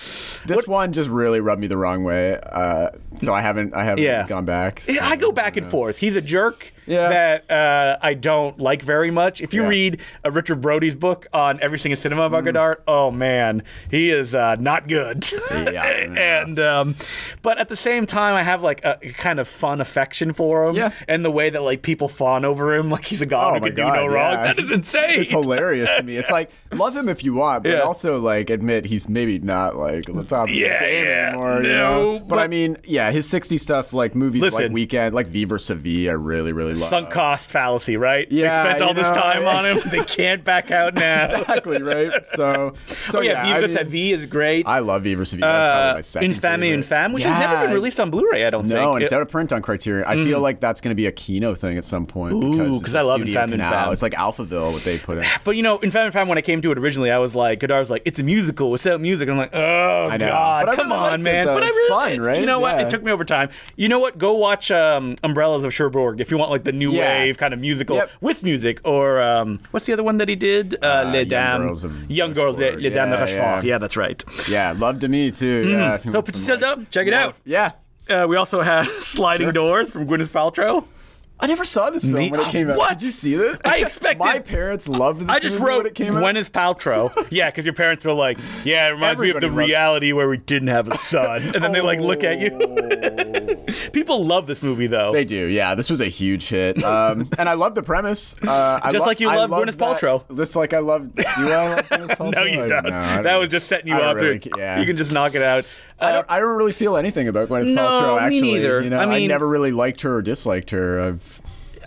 S3: this one just really rubbed me the wrong way, uh, so I haven't I haven't
S2: Yeah.
S3: gone back. so-
S2: Yeah, I go back and forth. He's a jerk
S3: Yeah.
S2: that uh, I don't like very much. If you
S3: Yeah. Mm.
S2: read uh, Richard Brody's book on everything in cinema about Godard, oh man, he is uh, not good.
S3: Yeah.
S2: and um, but at the same time, I have like a kind of fun affection for him.
S3: Yeah.
S2: And the way that like people fawn over him, like he's a god
S3: Oh
S2: who
S3: my
S2: can
S3: God,
S2: do no wrong.
S3: yeah.
S2: That is insane.
S3: It's hilarious to me. It's like love him if you want, but
S2: Yeah.
S3: also like admit he's maybe not like on the top of
S2: Yeah,
S3: his game
S2: yeah.
S3: anymore.
S2: No,
S3: you know? but,
S2: but-
S3: I mean, yeah, his '60s stuff, like movies
S2: Listen.
S3: like Weekend, like Viva Seville, I really really love.
S2: Sunk cost fallacy, right?
S3: Yeah,
S2: they spent
S3: you
S2: all this
S3: know,
S2: time
S3: yeah.
S2: on him. They can't back out now.
S3: exactly right. So, so
S2: Oh yeah,
S3: I
S2: Viva
S3: mean,
S2: Savie is great.
S3: I love Viva Seville. That's probably my second
S2: Uh, Infame
S3: favorite.
S2: and Femme, which has never
S3: Yeah.
S2: been released on Blu-ray, I don't think.
S3: No, and it's
S2: It-
S3: out of print on Criterion. I feel like that's going to be a Kino thing at some point.
S2: Ooh,
S3: because it's
S2: 'cause
S3: a
S2: I love
S3: studio
S2: Infame and
S3: canal.
S2: Femme.
S3: It's like Alphaville, what they put in.
S2: but you know, Infame and Femme, when I came to it originally, I was like, Godard was like, it's a musical without music. I'm like, oh
S3: know.
S2: god,
S3: But I
S2: come
S3: really liked
S2: on,
S3: it,
S2: man.
S3: though.
S2: but
S3: It's
S2: I really,
S3: fun, right?
S2: You know what?
S3: Yeah.
S2: It took me over time. You know what? Go watch um, Umbrellas of Cherbourg if you want like the new
S3: Yeah.
S2: wave kind of musical
S3: Yep.
S2: with music, or um, what's the other one that he did? Uh, Les
S3: Young
S2: Dames,
S3: Girls of
S2: Young Girls, Les,
S3: Rochefort.
S2: Les Dames de
S3: Yeah,
S2: Rochefort. Yeah.
S3: yeah.
S2: that's right.
S3: Yeah, love to me
S2: Mm.
S3: too. Yeah, if you
S2: No,
S3: want
S2: put
S3: some,
S2: yourself
S3: like-
S2: up. Check it out.
S3: Yeah,
S2: Uh, we also have Sliding Doors from Gwyneth Paltrow.
S3: I never saw this film
S2: Me-
S3: when it came out.
S2: What?
S3: Did you see this?
S2: I expected-
S3: My parents loved this.
S2: I just
S3: movie
S2: wrote
S3: when it came out.
S2: when is Paltrow? yeah, because your parents were like, yeah, it reminds me
S3: Everybody
S2: of the
S3: loved-
S2: reality where we didn't have a son, and then they like look at you. People love this movie though.
S3: Oh. They do, yeah. This was a huge hit, um, and I love the premise. Uh, I
S2: Just
S3: lo-
S2: like you
S3: I
S2: love
S3: love
S2: Gwyneth
S3: that-
S2: Paltrow.
S3: Just like I love. Do I love Gwyneth Paltrow?
S2: no, you
S3: I
S2: don't.
S3: know,
S2: that
S3: I don't-
S2: was just setting you
S3: I don't
S2: up.
S3: really
S2: dude.
S3: ca- yeah.
S2: You can just knock it out.
S3: I
S2: Uh,
S3: don't, I don't really feel anything about Gwyneth
S2: No,
S3: Paltrow.
S2: me
S3: Actually,
S2: neither.
S3: You know,
S2: I mean-
S3: never really liked her or disliked her. I've,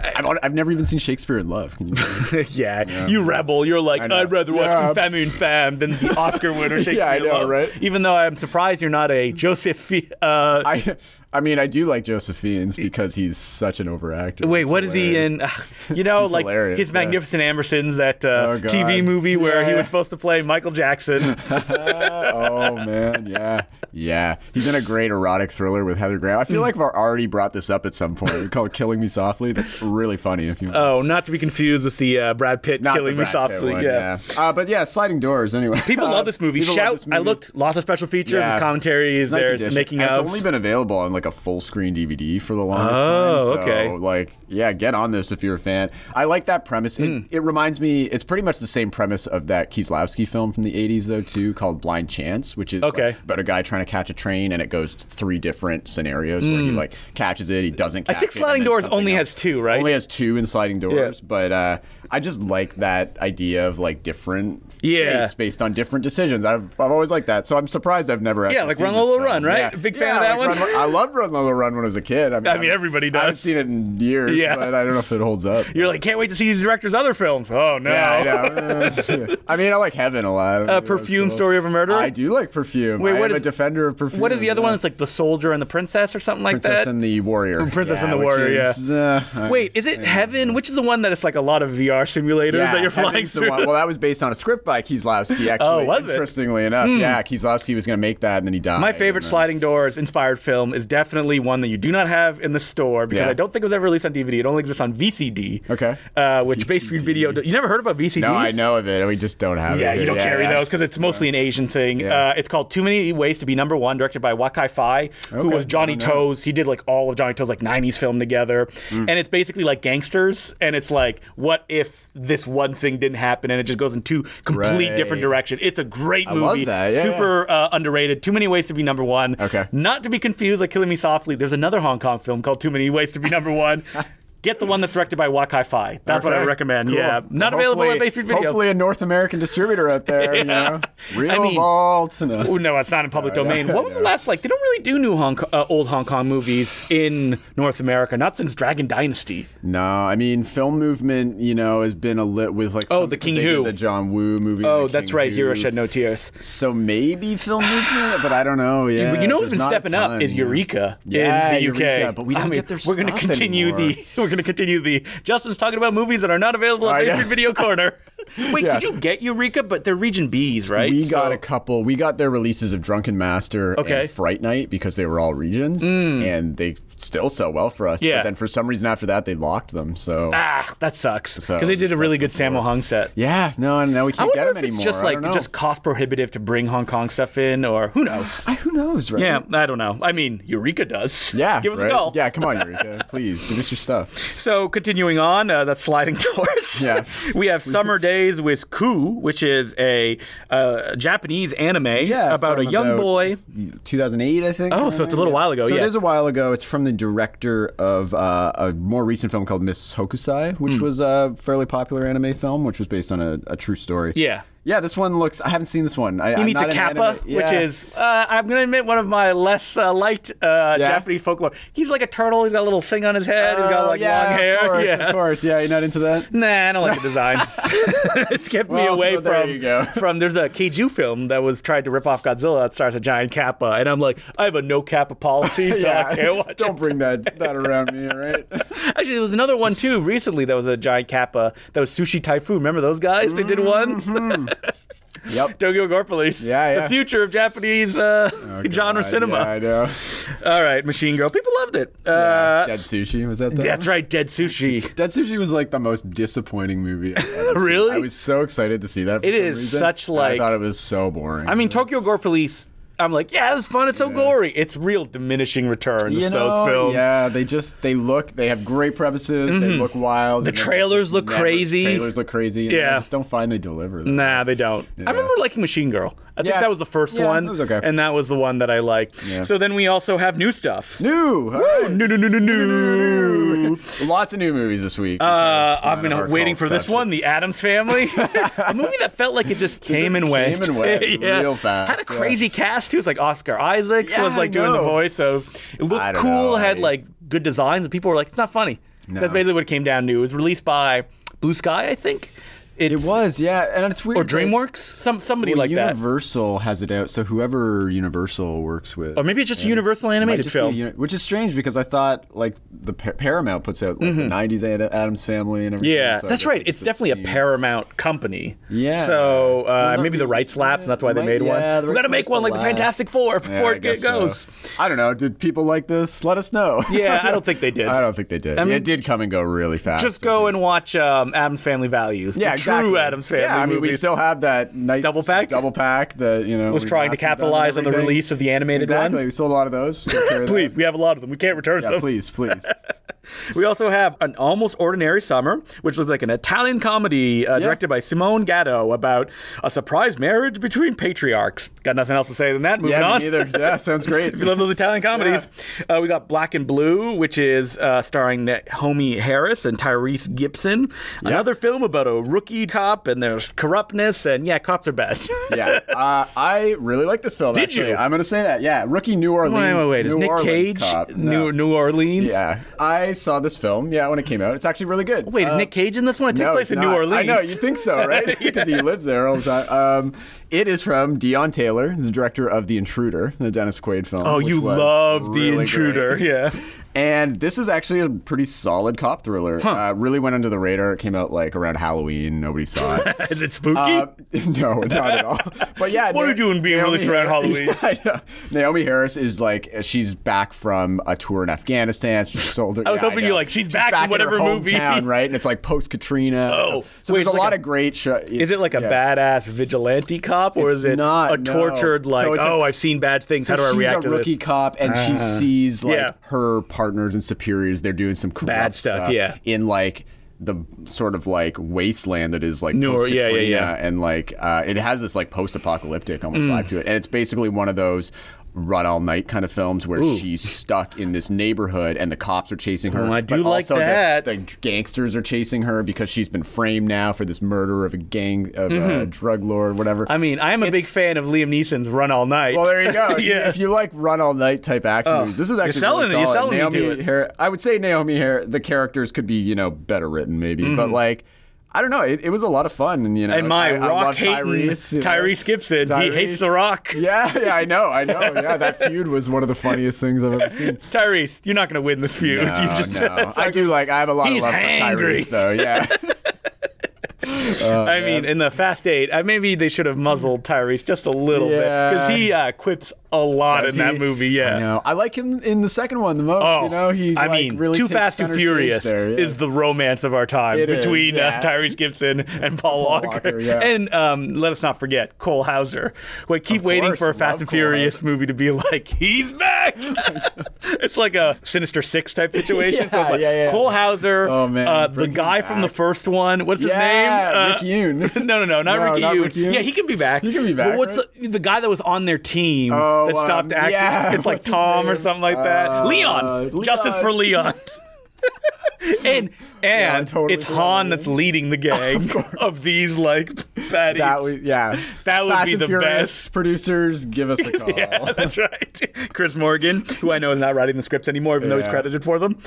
S3: I've, I've never even seen Shakespeare in Love. Can you believe it?
S2: Uh, yeah, you rebel. You're like,
S3: I know.
S2: I'd rather watch
S3: Yeah.
S2: Infame and Femme than the Oscar winner. Shakespeare
S3: I know,
S2: Love."
S3: right?
S2: Even though I'm surprised you're not a Joseph. Uh,
S3: I, I mean, I do like Josephine's because he's such an overactor.
S2: Wait,
S3: It's
S2: what is
S3: hilarious.
S2: he in? you know,
S3: He's
S2: like
S3: hilarious,
S2: his
S3: yeah.
S2: Magnificent Ambersons, that uh,
S3: Oh, God.
S2: TV movie where he
S3: Yeah.
S2: was supposed to play Michael Jackson.
S3: oh man, yeah, yeah. He's in a great erotic thriller with Heather Graham. I
S2: Hmm.
S3: feel like I've already brought this up at some point. called "Killing Me Softly." That's really funny. If you
S2: oh, not to be confused with the uh, Brad Pitt
S3: Not the
S2: killing me
S3: Brad Pitt
S2: softly.
S3: one,
S2: yeah.
S3: Uh, but yeah, sliding doors. Anyway,
S2: People love this movie.
S3: People love
S2: Shout!
S3: this movie.
S2: I looked. Lots of special features.
S3: Yeah.
S2: There's commentaries.
S3: It's a nice
S2: there's
S3: addition.
S2: making
S3: And
S2: of.
S3: It's only been available on like a full screen DVD for the longest
S2: Oh,
S3: time. So,
S2: okay.
S3: Like, yeah, get on this if you're a fan. I like that premise.
S2: Hmm.
S3: It, it reminds me. It's pretty much the same premise of that Kieslowski film from the '80s though too, called Blind Chance, which is like,
S2: Okay.
S3: about a guy trying to catch a train and it goes three different scenarios where he like catches it, he doesn't.
S2: Hmm. I
S3: catch
S2: think
S3: it, and
S2: Sliding
S3: then
S2: Doors
S3: something
S2: only
S3: else.
S2: has two, right?
S3: Only has two in sliding doors, but uh, I just like that idea of like different
S2: Yeah.
S3: fates based on different decisions. I've, I've always liked that, so I'm surprised I've never
S2: Yeah,
S3: actually
S2: like
S3: seen
S2: Run,
S3: this
S2: Lola,
S3: film.
S2: Run, right? Big fan of that one?
S3: Run, Lo- I loved Run Lola Run when I was a kid. I mean,
S2: I mean,
S3: was-
S2: everybody
S3: I haven't
S2: does.
S3: seen it in years. years,
S2: Yeah.
S3: but I don't know if it holds up.
S2: You're like, can't wait to see these directors' other films. Oh no.
S3: yeah, I know. Uh, yeah. I mean, I like Heaven a lot.
S2: Uh, Perfume, Story of a Murderer?
S3: I do like Perfume.
S2: Wait,
S3: I
S2: what
S3: am
S2: is-
S3: a defender of Perfume.
S2: What is the other
S3: yeah.
S2: one that's like the soldier and the princess or something like
S3: Princess
S2: that?
S3: and the Warrior.
S2: Princess
S3: yeah,
S2: and the
S3: which
S2: Warrior, yeah.
S3: is, uh,
S2: Wait, is it Heaven? Which is the one that it's like a lot of VR simulators that you're flying
S3: Heaven's the
S2: through? Oh,
S3: one- Well, that was based on a script by Kieslowski, actually.
S2: was it? Hmm.
S3: Interestingly enough, yeah, Kieslowski was going to make that, and then he died.
S2: My favorite
S3: and then-
S2: sliding doors inspired film is definitely one that you do not have in the store because
S3: Yeah.
S2: I don't think it was ever released on DVD. It only exists on VCD.
S3: Okay.
S2: Uh, which basically
S3: VCD.
S2: video. You never heard about VCDs?
S3: No, I know of it, and we just don't have
S2: Yeah,
S3: it.
S2: you
S3: here.
S2: don't carry
S3: yeah.
S2: those because it's mostly an Asian thing.
S3: Yeah.
S2: Uh, it's called Too Many Ways to Be Number One, directed by Wakai Fai, who
S3: Okay,
S2: was Johnny
S3: I don't know. Mm.
S2: Toes. He did like all of Johnny Toes like '90s film together, and it's basically like gangsters. And it's like, what if this one thing didn't happen, and it just goes in two complete
S3: Right.
S2: different direction? It's a great movie,
S3: love that, yeah,
S2: super Uh, underrated. Too Many Ways to Be Number One.
S3: Okay.
S2: not to be confused like Killing Me Softly. There's another Hong Kong film called Too Many Ways to Be Number One. Get the one that's directed by Wakai Fai. That's what I
S3: Okay,
S2: recommend.
S3: cool.
S2: Yeah, not available on
S3: Hopefully-
S2: Bay Street Video.
S3: Hopefully, a North American distributor out there. You know, real
S2: I mean-
S3: vaults and a-
S2: Oh no, it's not in public domain. What was the last like? They don't really do new Hong Kong, uh, old Hong Kong movies in North America. Not since Dragon Dynasty.
S3: No, I mean film movement. You know, has been a lit with like
S2: Oh,
S3: some-
S2: the King
S3: they did
S2: Who.
S3: the John Woo movie.
S2: Oh,
S3: the
S2: that's
S3: King
S2: right.
S3: Who.
S2: Hero Shed No Tears.
S3: So maybe film movement, but I don't know. Yeah,
S2: But you know
S3: there's
S2: who's been
S3: not a
S2: stepping up
S3: ton,
S2: is
S3: yeah.
S2: Eureka
S3: Yeah,
S2: in the UK.
S3: Eureka, but we
S2: I
S3: don't
S2: mean,
S3: get their
S2: We're gonna
S3: stuff
S2: continue
S3: anymore.
S2: the we're gonna continue the Justin's talking about movies that are not available
S3: I
S2: on
S3: know.
S2: Patriot Video Corner. Wait,
S3: Yeah.
S2: could you get Eureka? But they're region B's, right?
S3: We got
S2: So-
S3: a couple. We got their releases of Drunken Master
S2: Okay. Mm.
S3: and Fright Night because they were all regions, and they still sell well for us.
S2: Yeah.
S3: But then for some reason after that, they locked them. So
S2: ah, that sucks because
S3: So,
S2: they did
S3: just
S2: a really good Sammo Hung set.
S3: yeah, no, and now we
S2: I
S3: can't get
S2: wonder
S3: them
S2: if it's
S3: anymore.
S2: just
S3: I
S2: like
S3: don't know.
S2: just cost prohibitive to bring Hong Kong stuff in, or who knows.
S3: I- who knows, right?
S2: Yeah, I don't know. I mean, Eureka does.
S3: Yeah,
S2: Give us
S3: right?
S2: a call.
S3: Yeah, come on, Eureka, please give us your stuff.
S2: So continuing on, uh, that's sliding doors.
S3: Yeah.
S2: we have Summer Days with Ku, which is a uh, Japanese anime
S3: Yeah,
S2: about a
S3: from
S2: young
S3: about
S2: boy.
S3: 2008, I think.
S2: Oh, so it's a little while ago,
S3: So
S2: yeah.
S3: it is a while ago. It's from the director of uh, a more recent film called Miss Hokusai,
S2: Hmm.
S3: which was a fairly popular anime film, which was based on a, a true story.
S2: Yeah.
S3: Yeah, this one looks. I haven't seen this one. I,
S2: He
S3: I'm
S2: meets
S3: Uh, not
S2: a
S3: an
S2: kappa,
S3: anime-
S2: which
S3: yeah.
S2: is, uh, I'm going to admit, one of my less uh, liked uh,
S3: Yeah.
S2: Japanese folklore. He's like a turtle. He's got a little thing on his head. he's got
S3: Oh,
S2: like
S3: yeah,
S2: long hair.
S3: Of course,
S2: yeah.
S3: of course. Yeah, you're not into that.
S2: Nah, I don't like the design. it's kept me
S3: Well,
S2: away
S3: well,
S2: from.
S3: there you go.
S2: From there's a Keiju film that was tried to rip off Godzilla that stars a giant kappa, and I'm like, I have a no kappa policy, so I can't watch
S3: don't
S2: it.
S3: bring that that around me, all right?
S2: Actually, there was another one too recently that was a giant kappa that was Sushi Typhoon. Remember those guys? They did one.
S3: yep.
S2: Tokyo Gore Police.
S3: Mm-hmm. Yeah, yeah. Oh,
S2: The future of Japanese uh, genre
S3: God,
S2: cinema.
S3: Yeah, I know.
S2: All right, Machine Girl. People loved it. Uh,
S3: Dead Sushi was that? The
S2: that's right, Dead Sushi.
S3: Dead Sushi was like the most disappointing movie. I've ever seen.
S2: Really?
S3: I was so excited to see that. For
S2: It
S3: some
S2: is
S3: reason,
S2: such,
S3: and
S2: like-
S3: I thought it was so boring.
S2: I mean, Tokyo Gore Police. I'm like, yeah, it was fun. It's so gory. It's real diminishing returns.
S3: you know,
S2: those films. Mm-hmm.
S3: yeah, they just they look. They have great premises. They look wild. The
S2: trailers look crazy.
S3: Trailers look crazy. and
S2: Yeah.
S3: I just don't find they deliver. Them.
S2: Nah, they don't. I remember liking Machine Girl. I think
S3: Yeah.
S2: that was the first
S3: Yeah,
S2: one.
S3: it was okay.
S2: And that was the one that I liked.
S3: Yeah.
S2: So then we also have new stuff.
S3: New. all right.
S2: New, new, new, new, new.
S3: Lots of new movies this week.
S2: Uh,
S3: because
S2: I've
S3: none of our
S2: been waiting
S3: call
S2: for this
S3: stuff-
S2: one, The Adams Family, a movie that felt like it just came and went.
S3: came and went
S2: yeah.
S3: real fast,
S2: Had a
S3: yeah.
S2: crazy cast too. It was like Oscar Isaacs
S3: Yeah,
S2: was like
S3: I
S2: doing the
S3: know.
S2: voice, so it
S3: I
S2: looked
S3: don't
S2: cool.
S3: know,
S2: Had
S3: I-
S2: like good designs, and people were like, "It's not funny." That's basically what it came down to. It was released by Blue Sky, I think.
S3: It
S2: It's,
S3: was, yeah, and it's weird.
S2: or
S3: that-
S2: DreamWorks, some somebody
S3: well,
S2: like that.
S3: Universal has it out, so whoever Universal works with,
S2: Or maybe it's just a Universal
S3: Might
S2: animated
S3: just be a
S2: film.
S3: uni- which is strange because I thought like the pa- Paramount puts out like the '90s Ad- Adams Family and everything.
S2: Mm-hmm. yeah,
S3: so I
S2: that's
S3: guess
S2: right.
S3: it
S2: It's
S3: just
S2: definitely a
S3: seemed-
S2: Paramount company.
S3: Yeah.
S2: So uh,
S3: no,
S2: maybe the
S3: you-
S2: rights lapsed, and that's why they
S3: might-
S2: made one.
S3: yeah, the
S2: we got to
S3: rights
S2: make
S3: must
S2: one
S3: have
S2: like the
S3: lapsed.
S2: Fantastic Four
S3: Yeah,
S2: before
S3: I
S2: it
S3: guess so.
S2: goes.
S3: I don't know. Did people like this? Let us know.
S2: Yeah, I don't think they did.
S3: I don't think they did.
S2: mean-
S3: it did come and go really fast.
S2: Just
S3: I
S2: go
S3: think.
S2: and watch um, Adam's Family Values.
S3: yeah,
S2: the
S3: exactly.
S2: true Adam's Family.
S3: Yeah, I mean,
S2: movie.
S3: we still have that nice
S2: Double pack?
S3: Double pack that you know
S2: was
S3: we
S2: trying to
S3: blasted down
S2: capitalize on the
S3: everything.
S2: release of the animated
S3: Exactly.
S2: one.
S3: We sold a lot of those. Still carry that.
S2: Please, we have a lot of them. We can't return
S3: Yeah,
S2: them.
S3: please, please.
S2: We also have an almost ordinary summer, which was like an Italian comedy uh, directed by Simone Gatto about a surprise marriage between patriarchs. Got nothing else to say than that. Moving
S3: yeah,
S2: on.
S3: me neither. Yeah, sounds great.
S2: If you love those Italian comedies, uh, we got Black and Blue, which is uh, starring that Homie Harris and Tyrese Gibson. Another film about a rookie cop and there's corruptness and yeah, cops are bad.
S3: yeah, uh, I really like this film.
S2: Did
S3: actually.
S2: you?
S3: I'm gonna say that. Yeah, Rookie New Orleans.
S2: wait, wait, wait, is
S3: New
S2: Nick
S3: Orleans
S2: Cage
S3: Cop. No.
S2: New New Orleans?
S3: Yeah, I saw saw this film, yeah, when it came out. It's actually really good.
S2: Wait, is
S3: Uh,
S2: Nick Cage in this one? It takes
S3: no,
S2: place
S3: it's
S2: in New
S3: not.
S2: Orleans.
S3: I know you think so, right? Because he lives there all the time. Um, it is from Dion Taylor, who's the director of The Intruder, the Dennis Quaid film.
S2: Oh,
S3: which
S2: you
S3: was
S2: love
S3: really
S2: the
S3: great.
S2: intruder. Yeah.
S3: And this is actually a pretty solid cop thriller. Uh, really went under the radar. It came out like around Halloween. Nobody saw it.
S2: Is it spooky?
S3: Uh, no, not at all. But yeah,
S2: What are you doing being released around Halloween?
S3: I know. Naomi Harris is like she's back from a tour in Afghanistan. She's sold.
S2: I was hoping you, like, she's back in whatever
S3: her
S2: movie.
S3: hometown, right? And it's like post Katrina.
S2: Oh,
S3: so, so
S2: wait,
S3: there's a
S2: it's like
S3: lot
S2: a-
S3: of great. Sh-
S2: is it like a badass vigilante cop, or
S3: It's
S2: is it
S3: not,
S2: a
S3: no.
S2: tortured
S3: So
S2: like?
S3: it's a-
S2: oh, I've seen bad things. How do I
S3: she's
S2: react
S3: a
S2: to this?
S3: rookie cop, and she sees like
S2: Yeah.
S3: her partners and superiors. They're doing some corrupt
S2: Bad stuff, yeah.
S3: in like the sort of like wasteland that is like
S2: New Or-
S3: post
S2: yeah, yeah,
S3: Katrina,
S2: yeah. Mm.
S3: and like uh, it has this like post-apocalyptic almost vibe to it, and it's basically one of those run all night kind of films where she's stuck in this neighborhood and the cops are chasing her.
S2: Oh, I do
S3: but
S2: like
S3: also the-
S2: that.
S3: The, gangsters are chasing her because she's been framed now for this murder of a gang of a drug lord, whatever.
S2: Mm-hmm. I mean, I am a big
S3: It's-
S2: fan of Liam Neeson's Run All Night.
S3: Well, there you go. If you-
S2: yeah.
S3: If you like run all night type action movies, this is actually
S2: selling
S3: really
S2: it. You're
S3: solid.
S2: selling me to
S3: Naomi
S2: it.
S3: Har- I would say Naomi Harris. The characters could be you know better written maybe, but like I don't know. It, it was a lot of fun, and you know,
S2: Mm-hmm. and my
S3: I, I
S2: Rock
S3: love
S2: hating
S3: Tyrese, you
S2: Tyrese,
S3: know.
S2: Gibson, he hates
S3: Tyrese.
S2: The Rock.
S3: Yeah, yeah, I know, I know. Yeah, that feud was one of the funniest things I've ever seen.
S2: Tyrese, you're not going to win this feud.
S3: No,
S2: you just
S3: no. I do like. I have a lot
S2: He's
S3: of love
S2: hangry.
S3: for Tyrese, though. Yeah.
S2: I mean, in the Fast Eight, I, maybe they should have muzzled Tyrese just a little
S3: Yeah.
S2: bit because he uh, quips a lot
S3: Does
S2: in that
S3: he?
S2: movie. Yeah.
S3: I know. I like him in the second one the most.
S2: Oh,
S3: you know, he.
S2: I
S3: like,
S2: mean,
S3: really
S2: Too
S3: takes
S2: Fast and
S3: center stage
S2: Furious
S3: there, yeah.
S2: is the romance of our time
S3: It is,
S2: between
S3: yeah.
S2: uh, Tyrese Gibson and Paul, Walker.
S3: Walker, yeah.
S2: And um, let us not forget Cole Hauser. Wait, keep waiting
S3: course,
S2: for a Fast
S3: love
S2: and
S3: Cole
S2: Furious movie to be like, he's back. it's like a Sinister Six type situation. so it's
S3: Yeah,
S2: like,
S3: yeah, yeah.
S2: Cole Hauser,
S3: Oh, man,
S2: uh, the
S3: bring him
S2: guy from the
S3: back.
S2: first one, what's
S3: Yeah,
S2: his
S3: Rick
S2: name? Uh,
S3: Yoon.
S2: No, no, no, not,
S3: No,
S2: Ricky,
S3: not
S2: Yoon.
S3: Rick Yoon.
S2: Yeah, he can be back.
S3: He can be back,
S2: But what's
S3: right?
S2: the, the guy that was on their team
S3: Oh,
S2: that stopped
S3: um,
S2: acting?
S3: yeah,
S2: It's like
S3: what's his
S2: Tom or
S3: name?
S2: something like that.
S3: Uh,
S2: Leon. Justice
S3: Leon.
S2: for Leon. and
S3: I
S2: and
S3: totally
S2: it's
S3: forgot
S2: Han
S3: about
S2: that's leading the gang of, these like baddies.
S3: That would yeah.
S2: That would
S3: Fast
S2: be
S3: and
S2: the
S3: Furious
S2: best.
S3: Producers, give us a call.
S2: Yeah, that's right. Chris Morgan, who I know is not writing the scripts anymore, even though he's
S3: Yeah.
S2: credited for them.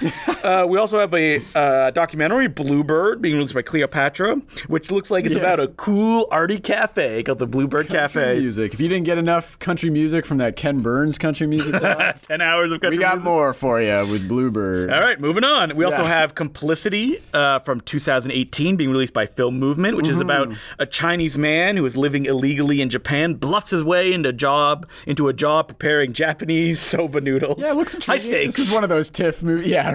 S2: Uh, we also have a uh, documentary, Bluebird, being released by Cleopatra, which looks like it's
S3: Yeah.
S2: about a cool arty cafe called the Bluebird
S3: Country
S2: Cafe.
S3: music. If you didn't get enough country music from that Ken Burns country music, doc,
S2: Ten hours of country.
S3: we got
S2: music.
S3: more for you with Bluebird.
S2: All right, moving on. We also
S3: Yeah.
S2: have Complicity uh, from 2018 being released by Film Movement, which is
S3: Mm-hmm.
S2: about a Chinese man who is living illegally in Japan, bluffs his way into job into a job preparing Japanese soba noodles.
S3: Yeah, it looks
S2: high
S3: intriguing.
S2: stakes.
S3: This is one of those TIFF movies. Yeah,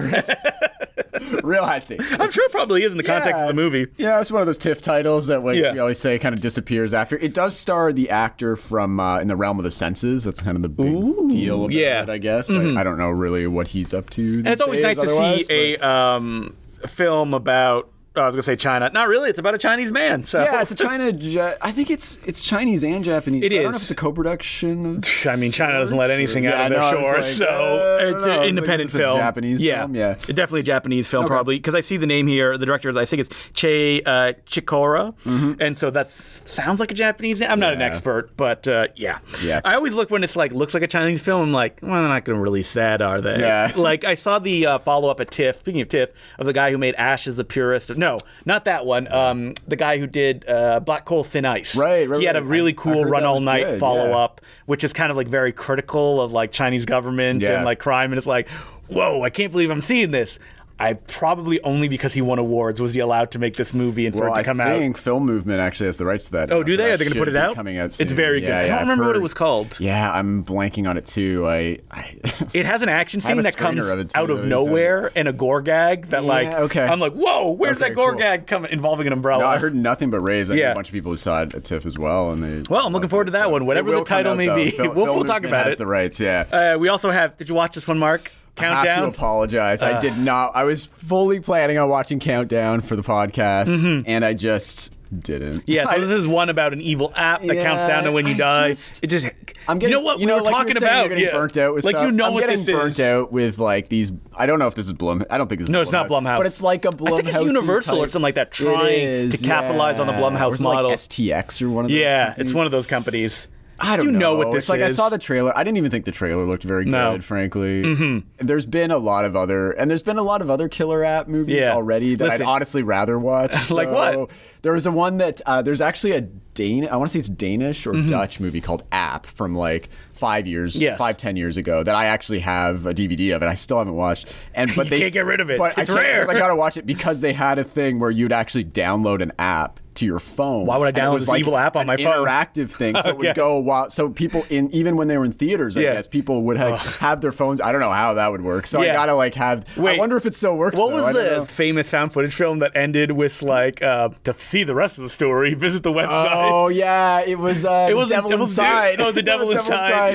S3: right. real high stakes.
S2: I'm sure it probably is in the context of the movie.
S3: Yeah, it's one of those TIFF titles that like,
S2: Yeah.
S3: we always say kind of disappears after. It does star the actor from uh, In the Realm of the Senses. That's kind of the big deal about
S2: yeah. Mm-hmm.
S3: it, I guess. I, I don't know really what he's up to.
S2: And it's always nice to see a um, film about. oh, I was gonna say China. Not really. It's about a Chinese man. So
S3: Yeah, it's a China. Ja- I think it's it's Chinese and Japanese.
S2: It
S3: I don't know
S2: is.
S3: if it's a co-production. of-
S2: I mean, China doesn't let anything out
S3: Yeah,
S2: of their
S3: I know, I was
S2: shore, so
S3: like, uh,
S2: it's
S3: I don't know. I
S2: an
S3: was like,
S2: independent
S3: is this a
S2: film.
S3: Japanese
S2: yeah.
S3: film? Yeah.
S2: It's definitely a Japanese film, probably because I see the name here. The director is, I think it's Che uh, Chikora, and so that sounds like a Japanese. name. I'm not an
S3: Mm-hmm. Yeah.
S2: expert, but uh, yeah.
S3: Yeah.
S2: I always look when it's like looks like a Chinese film. I'm like, well, they're not going to release that, are they?
S3: Yeah.
S2: Like I saw the uh, follow up at TIFF. Speaking of TIFF, of the guy who made Ash is the Purest. Of, no, not that one. Um, the guy who did uh, Black Coal Thin Ice.
S3: Right, right,
S2: He had a
S3: right.
S2: really
S3: I- I
S2: cool
S3: heard
S2: run
S3: that
S2: all
S3: was
S2: night
S3: good,
S2: follow
S3: yeah.
S2: up up, which is kind of like very critical of like Chinese government
S3: Yeah.
S2: and like crime. And it's like, whoa, I can't believe I'm seeing this. I probably only because he won awards was he allowed to make this movie and for
S3: Well,
S2: it to
S3: I
S2: come out.
S3: think Film Movement actually has the rights to that.
S2: Oh, do they? Are
S3: Are
S2: they gonna put it out?
S3: Coming out.
S2: It's
S3: Soon.
S2: very good.
S3: Yeah,
S2: I don't
S3: yeah, I've
S2: remember what it
S3: heard.
S2: was called.
S3: Yeah, I'm blanking on it too. I, I
S2: It has an action
S3: have
S2: scene
S3: a
S2: that comes
S3: screener of it, too,
S2: out of
S3: anytime.
S2: nowhere and a gore gag that like
S3: Yeah, okay.
S2: I'm like, whoa, where's
S3: Okay,
S2: that gore
S3: cool.
S2: gag coming involving an umbrella?
S3: no, I heard nothing but raves. I knew
S2: Yeah.
S3: a bunch of people who saw it at TIFF as well, and they.
S2: Well, I'm looking forward to that one, whatever the title may be. We'll- we'll talk about it.
S3: The rights, yeah.
S2: uh, we also have. Did you watch this one, Mark?
S3: I have
S2: Countdown. Uh.
S3: to apologize. I did not. I was fully planning on watching Countdown for the podcast, and I just didn't.
S2: Mm-hmm. Yeah,
S3: I-
S2: so this is one about an evil app that counts
S3: Yeah,
S2: down to when you
S3: I
S2: die.
S3: just-
S2: it just,
S3: I'm getting,
S2: you know what we were
S3: like you
S2: talking
S3: saying,
S2: about.
S3: You're getting
S2: yeah.
S3: burnt out with
S2: like
S3: stuff.
S2: you know
S3: I'm
S2: what
S3: getting
S2: this is.
S3: burnt out with like these. I don't know if this is Blum. I don't think this is.
S2: No, it's not Blumhouse.
S3: But it's like a Blumhouse.
S2: I think it's Universal or something like that, trying to capitalize on the Blumhouse
S3: or it's
S2: model.
S3: Like STX or one of those.
S2: yeah,
S3: companies.
S2: it's one of those companies.
S3: I don't
S2: you know what
S3: it's
S2: this
S3: like. I
S2: is.
S3: saw the trailer. I didn't even think the trailer looked very
S2: No. Mm-hmm.
S3: good, frankly. There's been a lot of other, and there's been a lot of other killer app movies
S2: Yeah.
S3: already that
S2: Listen.
S3: I'd honestly rather watch.
S2: Like
S3: So,
S2: what?
S3: There was a one that uh, there's actually a Dane. I want to say it's Danish or Dutch movie called App from like five years,
S2: Mm-hmm. Yes.
S3: five ten years ago that I actually have a DVD of and I still haven't watched. And but
S2: You
S3: they
S2: can't get rid of it.
S3: But I
S2: It's
S3: can't 'cause
S2: rare.
S3: I gotta watch it because they had a thing where you'd actually download an app to your phone.
S2: Why would I
S3: And it
S2: download
S3: was
S2: this evil app on
S3: an
S2: my phone?
S3: interactive thing, so it would
S2: Okay.
S3: go while. So people in even when they were in theaters, I
S2: Yeah.
S3: guess people would have, have their phones. I don't know how that would work. So
S2: Yeah.
S3: I gotta like have.
S2: Wait.
S3: I wonder if it still works.
S2: What
S3: though. I
S2: was
S3: don't
S2: the
S3: know.
S2: famous found footage film that ended with like uh, to see the rest of the story, visit the website?
S3: Oh yeah, it was. Uh,
S2: It was
S3: the
S2: the
S3: devil
S2: Devil's
S3: inside.
S2: Dude. Oh, the devil inside. Yeah,
S3: Oh, that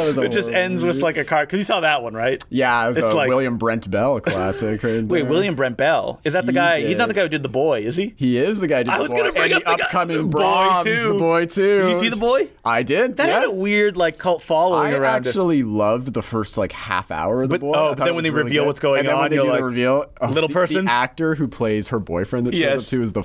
S2: yeah.
S3: was a
S2: it just
S3: horror
S2: ends
S3: movie.
S2: with like a car. Because you saw that one, right?
S3: Yeah, it was
S2: it's
S3: a
S2: like-
S3: William Brent Bell classic. Right
S2: Wait,
S3: there.
S2: William Brent Bell is that the
S3: He
S2: guy? He's not
S3: did.
S2: the guy who did the boy, is he?
S3: He is the guy. Who did
S2: I
S3: the
S2: was
S3: boy.
S2: gonna bring
S3: and
S2: up
S3: the
S2: the guy-
S3: upcoming
S2: the boy,
S3: Brahms,
S2: too.
S3: The boy too.
S2: Did you see The Boy?
S3: I did.
S2: That
S3: yeah.
S2: had a weird like cult following
S3: I
S2: around. it.
S3: actually loved the first like half hour of the
S2: But- oh,
S3: boy. I
S2: but
S3: thought
S2: then
S3: it
S2: when
S3: was
S2: they
S3: really
S2: reveal
S3: good.
S2: what's going
S3: and then
S2: on,
S3: when they
S2: you're
S3: do
S2: like,
S3: the reveal, oh,
S2: little
S3: the-
S2: person?
S3: the actor who plays her boyfriend that shows
S2: Yes.
S3: up too is the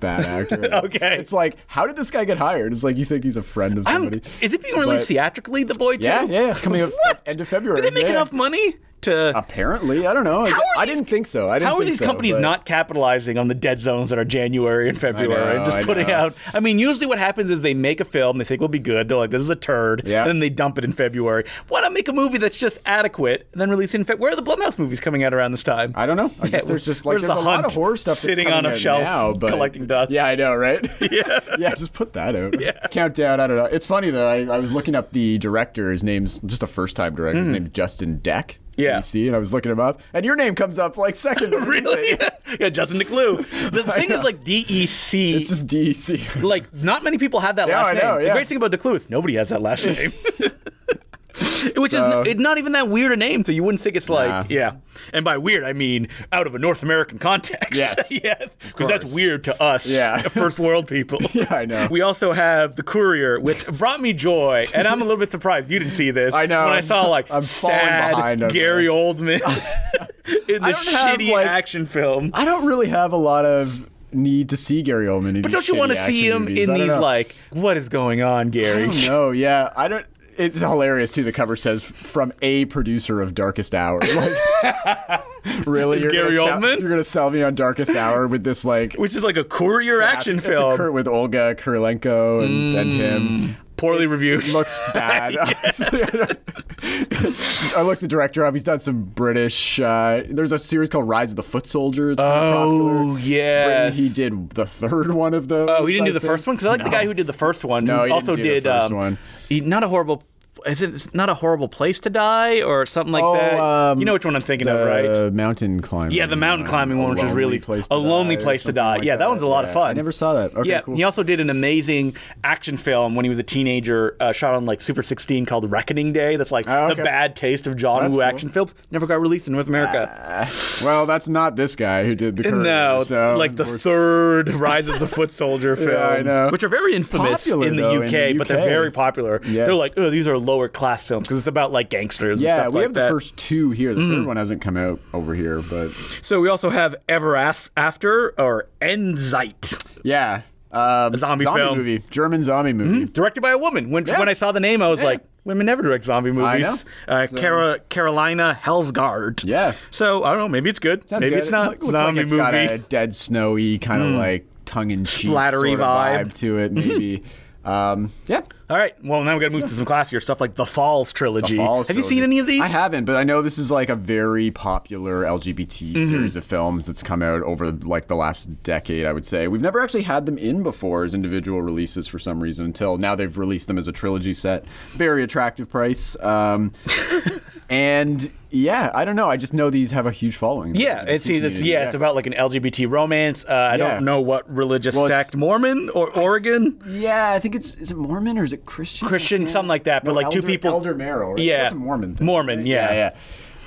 S3: bad actor.
S2: Okay.
S3: it's like how did this guy get hired? It's like you think he's a friend of
S2: I'm-
S3: somebody.
S2: is it being released
S3: But-
S2: theatrically, The Boy too?
S3: Yeah, yeah, it's coming up
S2: what?
S3: end of February,
S2: Did it make
S3: yeah.
S2: enough money to?
S3: Apparently, I don't know.
S2: How are
S3: I
S2: these-
S3: didn't think so. I didn't
S2: How are
S3: think
S2: these
S3: so,
S2: companies
S3: but-
S2: not capitalizing on the dead zones that are January and February? and
S3: know,
S2: just
S3: I
S2: putting
S3: know.
S2: out. I mean, usually what happens is they make a film, they think will be good. They're like, "This is a turd,"
S3: Yeah.
S2: and then they dump it in February. Why not make a movie that's just adequate and then release it in February? Where are the Blumhouse movies coming out around this time?
S3: I don't know. I guess
S2: Yeah,
S3: there's just like
S2: where's
S3: there's
S2: The
S3: a lot
S2: Hunt
S3: of horror stuff that's
S2: sitting on
S3: coming
S2: a
S3: out
S2: shelf
S3: now, but
S2: collecting dust?
S3: Yeah, I know, right?
S2: Yeah.
S3: yeah, just put that out. Countdown. I don't know. It's funny though. I, I was looking up the director. His name's just a first-time director. His name's Justin Deck.
S2: Hmm. Yeah.
S3: DC, and I was looking him up, and your name comes up like second.
S2: Really? yeah, Justin DeClue. The thing is,
S3: know.
S2: like E DEC,
S3: It's just DC.
S2: like not many people have that
S3: Yeah,
S2: last
S3: I
S2: name.
S3: know,
S2: The
S3: yeah.
S2: great thing about DeClue is nobody has that last name. Which
S3: So-
S2: is it's not even that weird a name, so you wouldn't think it's like
S3: Nah.
S2: yeah. And by weird, I mean out of a North American context.
S3: Yes.
S2: yeah, because that's
S3: course.
S2: weird to us,
S3: Yeah.
S2: first world people.
S3: Yeah, I know.
S2: We also have the Courier, which brought me joy, and I'm a little bit surprised you didn't see this.
S3: I know.
S2: When I saw like
S3: I'm falling
S2: sad
S3: behind over
S2: Gary
S3: there.
S2: Oldman in the
S3: I don't have,
S2: shitty
S3: like-
S2: action film.
S3: I don't really have a lot of need to see Gary Oldman. In
S2: But don't you want to see him in these like what is going on, Gary?
S3: No, yeah, I don't. It's hilarious too. The cover says from a producer of Darkest Hour. Like, really, you're
S2: Gary
S3: gonna sell-
S2: Oldman?
S3: you're gonna sell me on Darkest Hour with this like
S2: Which is like a courier action
S3: it's a
S2: film,
S3: cur- with Olga Kurilenko and, and
S2: Mm.
S3: him.
S2: poorly reviewed.
S3: Looks bad. honestly. I don't- I looked the director up. He's done some British. Uh, there's a series called Rise of the Foot Soldier. It's kind of popular.
S2: oh yes.
S3: He did the third one of those.
S2: Oh, he didn't
S3: I
S2: do the
S3: think.
S2: first one because I like the guy who did the first one.
S3: No,
S2: who
S3: he didn't
S2: also
S3: do the
S2: did
S3: first
S2: um,
S3: one.
S2: he- not a horrible. Is it it's not a horrible place to die or something like
S3: Oh,
S2: that?
S3: um,
S2: you know which one I'm thinking of, right?
S3: The mountain climbing.
S2: Yeah, the mountain climbing one,
S3: A
S2: which is
S3: Lonely
S2: really
S3: Place to
S2: a lonely
S3: Die or
S2: place to
S3: something
S2: die.
S3: like
S2: yeah, that, one's a lot of
S3: Yeah,
S2: fun.
S3: I never saw that. Okay,
S2: yeah,
S3: cool.
S2: he also did an amazing action film when he was a teenager, uh, shot on like Super 16 called Reckoning Day. That's like
S3: Oh,
S2: the
S3: okay.
S2: bad taste of John
S3: That's
S2: Woo
S3: cool. Ah.
S2: action films. Never got released in North America.
S3: well, that's not this guy who did the. Courier,
S2: no,
S3: so,
S2: like the third Rise of the Foot Soldier film,
S3: I know.
S2: which are very infamous
S3: Popular,
S2: in, the
S3: though,
S2: UK,
S3: in the
S2: but they're
S3: UK.
S2: very popular.
S3: Yeah.
S2: They're like, oh, these are lower class films because it's about like gangsters. and
S3: Yeah,
S2: stuff
S3: we
S2: like
S3: have the
S2: that. Mm-hmm.
S3: first two here. The third one hasn't come out over here, but
S2: So we also have Ever Af- After or Endzeit.
S3: yeah, um,
S2: zombie film. Mm-hmm.
S3: movie, German zombie movie.
S2: directed by a woman. When
S3: Yeah.
S2: when I saw the name, I was like, women never direct zombie movies.
S3: know.
S2: Uh,
S3: So-
S2: Cara, Carolina Hellsgard.
S3: Yeah.
S2: So I don't know. Maybe it's good.
S3: Sounds
S2: maybe
S3: good.
S2: it's not
S3: It looks
S2: zombie
S3: like it's got
S2: movie. Mm.
S3: a dead snowy kind of like tongue in cheek
S2: Splattery
S3: sort of
S2: vibe. Mm-hmm.
S3: vibe. to it, maybe. um, yeah,
S2: All right. Well, now we got to move to some classier stuff like the Falls trilogy.
S3: Falls
S2: have you
S3: trilogy.
S2: seen any of these?
S3: I haven't, but I know this is like a very popular LGBT
S2: Mm-hmm.
S3: series of films that's come out over like the last decade. I would say we've never actually had them in before as individual releases for some reason until now they've released them as a trilogy set. Very attractive price, um, and yeah, I don't know. I just know these have a huge following.
S2: Yeah, it's, it's yeah, it's about like an LGBT romance. Uh, I
S3: Yeah.
S2: don't know what religious
S3: Well, it's- Mm-hmm.
S2: sect, Mormon or Oregon,
S3: Yeah, I think it's is it Mormon or is it Christian?
S2: Christian, something like that. But like two people,
S3: Elder Marrow, right?
S2: yeah,
S3: That's a Mormon thing.
S2: Mormon,
S3: right?
S2: yeah.
S3: yeah,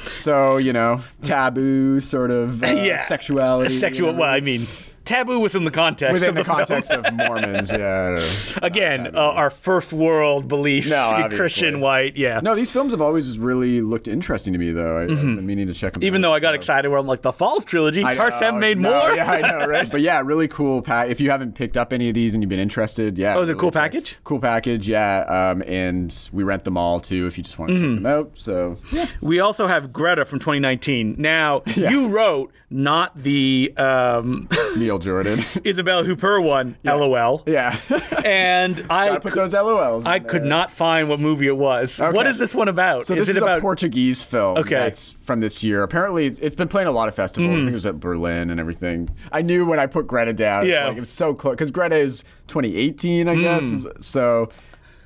S3: So you know, taboo sort of uh,
S2: yeah,
S3: sexuality. you
S2: sexual.
S3: know?
S2: Well, I mean, taboo within the context.
S3: within
S2: of
S3: the
S2: the, film.
S3: context of Mormons. Yeah.
S2: Again, uh, our first world beliefs,
S3: No, obviously.
S2: Christian white, yeah.
S3: No, these films have always really looked interesting to me, though. I, I've been meaning to check them.
S2: Mm-hmm. Even though I got excited where I'm like, the Falls trilogy,
S3: I know,
S2: Tarsem made
S3: no,
S2: more.
S3: Yeah, I know, right? but yeah, really cool pack. If you haven't picked up any of these and you've been interested, yeah.
S2: Oh, is it a
S3: really
S2: cool
S3: check-
S2: package?
S3: Cool package, yeah. Um, and we rent them all too if you just want to check
S2: Mm-hmm.
S3: them out. So
S2: We also have Greta from 2019. Now, you wrote not the um,
S3: Neil Jordan,
S2: Isabel Hooper one, LOL.
S3: yeah.
S2: And I,
S3: Gotta put those LOLs. in
S2: I
S3: there.
S2: could not find what movie it was. What
S3: Okay.
S2: is this one about?
S3: So this
S2: is
S3: is,
S2: it about
S3: a Portuguese film.
S2: Okay. Hmm.
S3: that's from this year. Apparently, it's, it's been playing a lot of festivals. I think it was at Berlin and everything. I knew when I put Greta down. it's
S2: Yeah.
S3: like, it was so close because Greta is 2018, I guess. So.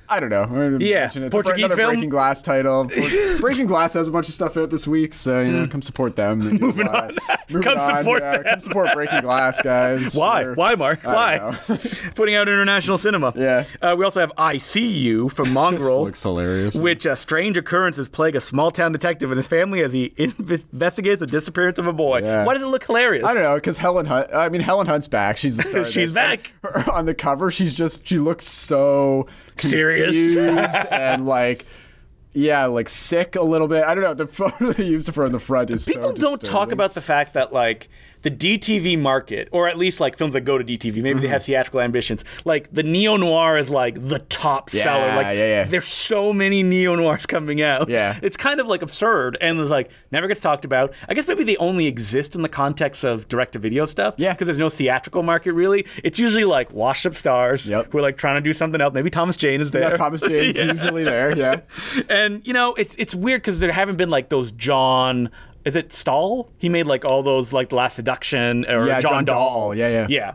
S3: I don't know. I'm gonna
S2: Hmm. Yeah,
S3: mention it. It's
S2: Portuguese
S3: another
S2: film?
S3: Breaking Glass title. Por- Breaking Glass has a bunch of stuff out this week, so you know, come support them. Moving on. Moving
S2: Hmm. Come
S3: on,
S2: support
S3: yeah,
S2: them.
S3: Come support Breaking Glass, guys.
S2: Why?
S3: Sure.
S2: Why, Mark?
S3: I
S2: Why?
S3: don't
S2: Putting out international cinema.
S3: Yeah.
S2: Uh, we also have I See You from Mongrel.
S3: looks hilarious.
S2: Which uh, strange occurrences plague a small town detective and his family as he inv- investigates the disappearance of a boy.
S3: Yeah.
S2: Why does it look hilarious?
S3: I don't know because Helen Hunt. I mean, Helen Hunt's back. She's the star. of
S2: She's
S3: this.
S2: back.
S3: Her- on the cover. She's just she looks so
S2: Serious.
S3: confused and like yeah, like sick a little bit. I don't know. The photo they used of her on the front is so
S2: People don't talk
S3: disturbing.
S2: about the fact that like the DTV market, or at least like films that go to DTV, maybe
S3: Mm-hmm.
S2: they have theatrical ambitions. Like the neo noir is like the top seller. Like
S3: yeah, yeah.
S2: there's so many neo noirs coming out.
S3: Yeah.
S2: it's kind of like absurd, and it's like never gets talked about. I guess maybe they only exist in the context of direct to video stuff.
S3: Yeah.
S2: because there's no theatrical market really. It's usually like washed up stars
S3: Yep.
S2: who are like trying to do something else. Maybe Thomas Jane is there.
S3: Yeah, Thomas Jane's
S2: Yeah.
S3: usually there. Yeah,
S2: And you know, it's it's weird because there haven't been like those John. Is it Stahl? He made like all those like The Last Seduction or
S3: Yeah,
S2: John,
S3: John
S2: Dahl.
S3: Dahl. Yeah, yeah.
S2: yeah.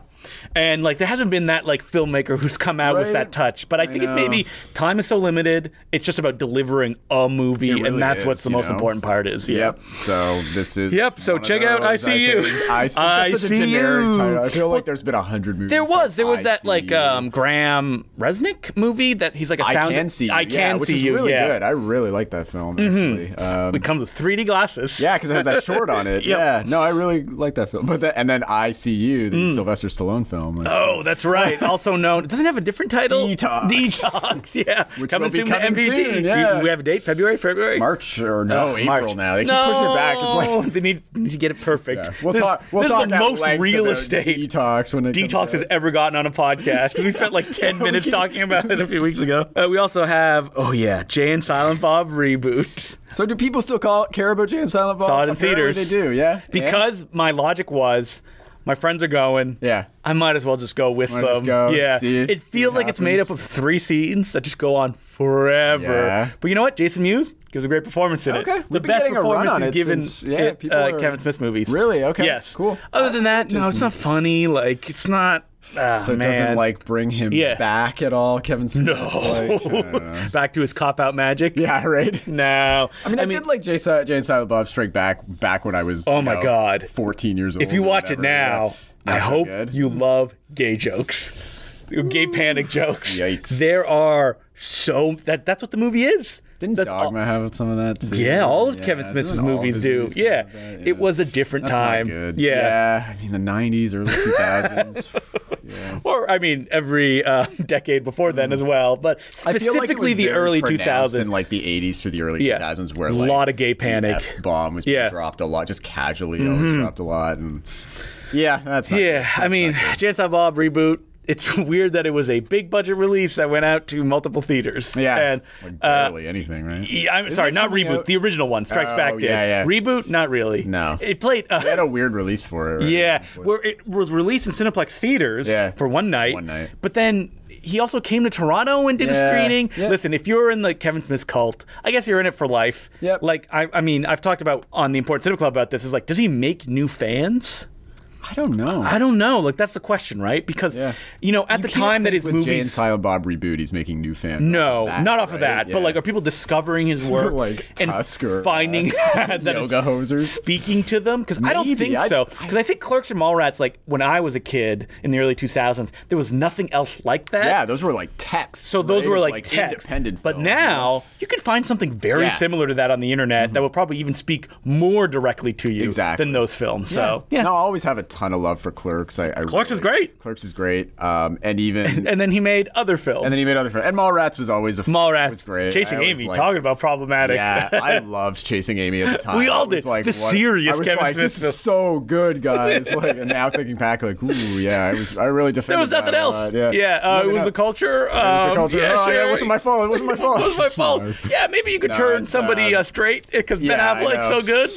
S2: And like there hasn't been that like filmmaker who's come out with
S3: Right.
S2: that touch. But I think it
S3: know.
S2: maybe time is so limited. It's just about delivering a movie,
S3: It really
S2: and that's
S3: is,
S2: what's the
S3: you
S2: most
S3: know?
S2: important part is. Yeah.
S3: Yep. So this is.
S2: Yep, so
S3: one of
S2: check out
S3: those,
S2: I See You.
S3: think. I, it's just
S2: I
S3: such
S2: See
S3: a generic
S2: You.
S3: title. I feel like there's been a hundred movies.
S2: There was there was
S3: I
S2: that
S3: See
S2: like
S3: You.
S2: um, Graham Resnick movie that he's like a
S3: I
S2: sound.
S3: can see. You,
S2: I
S3: yeah,
S2: can see
S3: which is
S2: you.
S3: Really
S2: yeah. Mm-hmm.
S3: good. I really like that film. Actually. Um,
S2: It comes with 3D glasses.
S3: Yeah, because it has that short on it.
S2: Yep.
S3: Yeah, no, I really like that film. But that, and then I See You, the Sylvester Stallone film, like,
S2: Mm. Oh, that's right. also known. It doesn't have a different title.
S3: Detox.
S2: Detox. Yeah.
S3: Which
S2: coming
S3: will be
S2: soon
S3: coming
S2: to MVD.
S3: soon,
S2: Do you-
S3: yeah.
S2: we have a date. February. February.
S3: March or no
S2: Oh,
S3: April
S2: March.
S3: now. They keep
S2: no,
S3: pushing it back. It's like
S2: they need, need to get it perfect.
S3: Yeah. we'll
S2: this,
S3: talk. We'll
S2: this
S3: talk
S2: is the
S3: at
S2: most
S3: length
S2: real
S3: about
S2: estate
S3: detox when it comes
S2: detox has
S3: out.
S2: ever gotten on a podcast. we spent like ten minutes
S3: keep-
S2: talking about it a few weeks ago. Uh, we also have oh yeah, Jay and Silent Bob reboot.
S3: So do people still call care about Jay and Silent Bob?
S2: Saw it in
S3: Apparently
S2: theaters.
S3: They do. Yeah.
S2: Because my logic was, my friends are going.
S3: Yeah.
S2: I might as well just go with
S3: Might
S2: them.
S3: just go,
S2: yeah.
S3: see,
S2: it
S3: see
S2: feels
S3: what
S2: like it's made up
S3: happens.
S2: of three scenes that just go on forever.
S3: Yeah.
S2: But you know what? Jason Mewes gives a great performance in it.
S3: Okay.
S2: The
S3: We've been
S2: best
S3: getting a run
S2: performance
S3: on
S2: he's
S3: it
S2: given
S3: since- yeah,
S2: in,
S3: people
S2: uh,
S3: are-
S2: Kevin Smith movies.
S3: Really? Okay,
S2: Yes.
S3: cool.
S2: Other than that, no, it's
S3: Jason-
S2: not funny. Like it's not. ah,
S3: So it
S2: man.
S3: doesn't like bring him
S2: Yeah.
S3: back at all, Kevin Smith.
S2: No.
S3: Like, I don't know.
S2: Back to his cop out magic.
S3: yeah. Right.
S2: No.
S3: I mean, I, did like Jay, Si- Jay and Silent Bob Strike Back back when I was.
S2: Oh
S3: you
S2: my
S3: know,
S2: God.
S3: fourteen years old.
S2: If you
S3: or
S2: watch it
S3: whatever, yeah.
S2: now, I
S3: Not so
S2: hope
S3: good.
S2: you love gay jokes. Gay panic jokes.
S3: Yikes.
S2: There are so that that's what the movie is.
S3: Didn't
S2: that's all-
S3: Dogma have some of that too?
S2: Yeah, all of Kevin
S3: doesn't
S2: Smith's
S3: all of
S2: movies
S3: his
S2: do.
S3: movies
S2: yeah.
S3: have that?
S2: It was a different
S3: That's
S2: time.
S3: Not good.
S2: Yeah.
S3: I mean the '90s, early 2000s.
S2: Or I mean every uh, decade before then as well, but
S3: Mm-hmm. I feel like it was
S2: specifically the
S3: very
S2: early
S3: pronounced
S2: 2000s.
S3: in like the '80s through the early
S2: Yeah.
S3: 2000s, where
S2: A
S3: like
S2: lot of gay panic.
S3: bomb was
S2: Yeah. Mm-hmm.
S3: dropped a lot, just casually always dropped a lot, and yeah, that's not
S2: Yeah,
S3: good.
S2: I
S3: That's
S2: mean,
S3: not
S2: Jan Silent Bob reboot. It's weird that it was a big budget release that went out to multiple theaters.
S3: good. yeah,
S2: and
S3: like
S2: uh,
S3: barely anything, right?
S2: yeah, I'm sorry,
S3: it
S2: not
S3: coming
S2: reboot.
S3: out-
S2: The original one, Strikes
S3: Oh,
S2: Back. Did.
S3: yeah, yeah.
S2: Reboot, not really.
S3: No.
S2: it played. Uh,
S3: They had a weird release for it. Right?
S2: yeah,
S3: It's like-
S2: where it was released in Cineplex theaters
S3: Yeah.
S2: for one night.
S3: One night.
S2: But then he also came to Toronto and did a
S3: Yeah.
S2: screening.
S3: Yeah.
S2: Listen, if you're in the Kevin Smith cult, I guess you're in it for life.
S3: Yep.
S2: Like I, I mean, I've talked about on the Important Cinema Club about this. Is like, does he make new fans?
S3: I don't know.
S2: I don't know. Like that's the question, right? Because
S3: Yeah.
S2: you know, at
S3: You
S2: the
S3: can't
S2: time that his
S3: think with Jay and
S2: movies.
S3: Silent Bob reboot, he's making new fans.
S2: No,
S3: off of that,
S2: not off of
S3: right?
S2: that. But
S3: Yeah.
S2: like, are people discovering his work
S3: Like
S2: and
S3: Tusk or,
S2: finding that it's
S3: Yoga hosers?
S2: speaking to them? Because I don't
S3: Maybe.
S2: think
S3: I-
S2: so. Because I think Clerks and Mallrats, like when I was a kid in the early 2000s, there was nothing else like that.
S3: yeah, those were like texts.
S2: So those
S3: right?
S2: were
S3: Of,
S2: like, text.
S3: independent.
S2: but
S3: films,
S2: now you can find something very
S3: Yeah. Mm-hmm.
S2: similar to that on the internet that will probably even speak more directly to you
S3: Exactly.
S2: than those films. So
S3: No, I always have a ton of love for Clerks. I, I
S2: Clerks is
S3: really-
S2: great.
S3: Clerks is great. Um, and even
S2: And then he made other films.
S3: And then he made other friends. And Mallrats was always a
S2: Mallrats,
S3: was great.
S2: Chasing
S3: I always
S2: Amy,
S3: liked-
S2: talking about problematic.
S3: Yeah, I loved Chasing Amy at the time.
S2: We all
S3: I was
S2: did. The serious
S3: I was
S2: Kevin
S3: like,
S2: Smith
S3: This
S2: film.
S3: is so good, guys. Like, and now thinking back, like, ooh, yeah, I was. I really defended.
S2: there was nothing
S3: that a
S2: else.
S3: lot,
S2: yeah, uh, it
S3: Nothing
S2: was
S3: else.
S2: the culture.
S3: It was
S2: um,
S3: the culture.
S2: Yeah,
S3: oh,
S2: sure.
S3: yeah, it wasn't my fault. It wasn't my fault.
S2: It wasn't my fault. Yeah, maybe you could
S3: No,
S2: turn
S3: it's
S2: somebody
S3: bad.
S2: uh, straight because Ben
S3: Yeah, I
S2: Affleck's
S3: know.
S2: so good.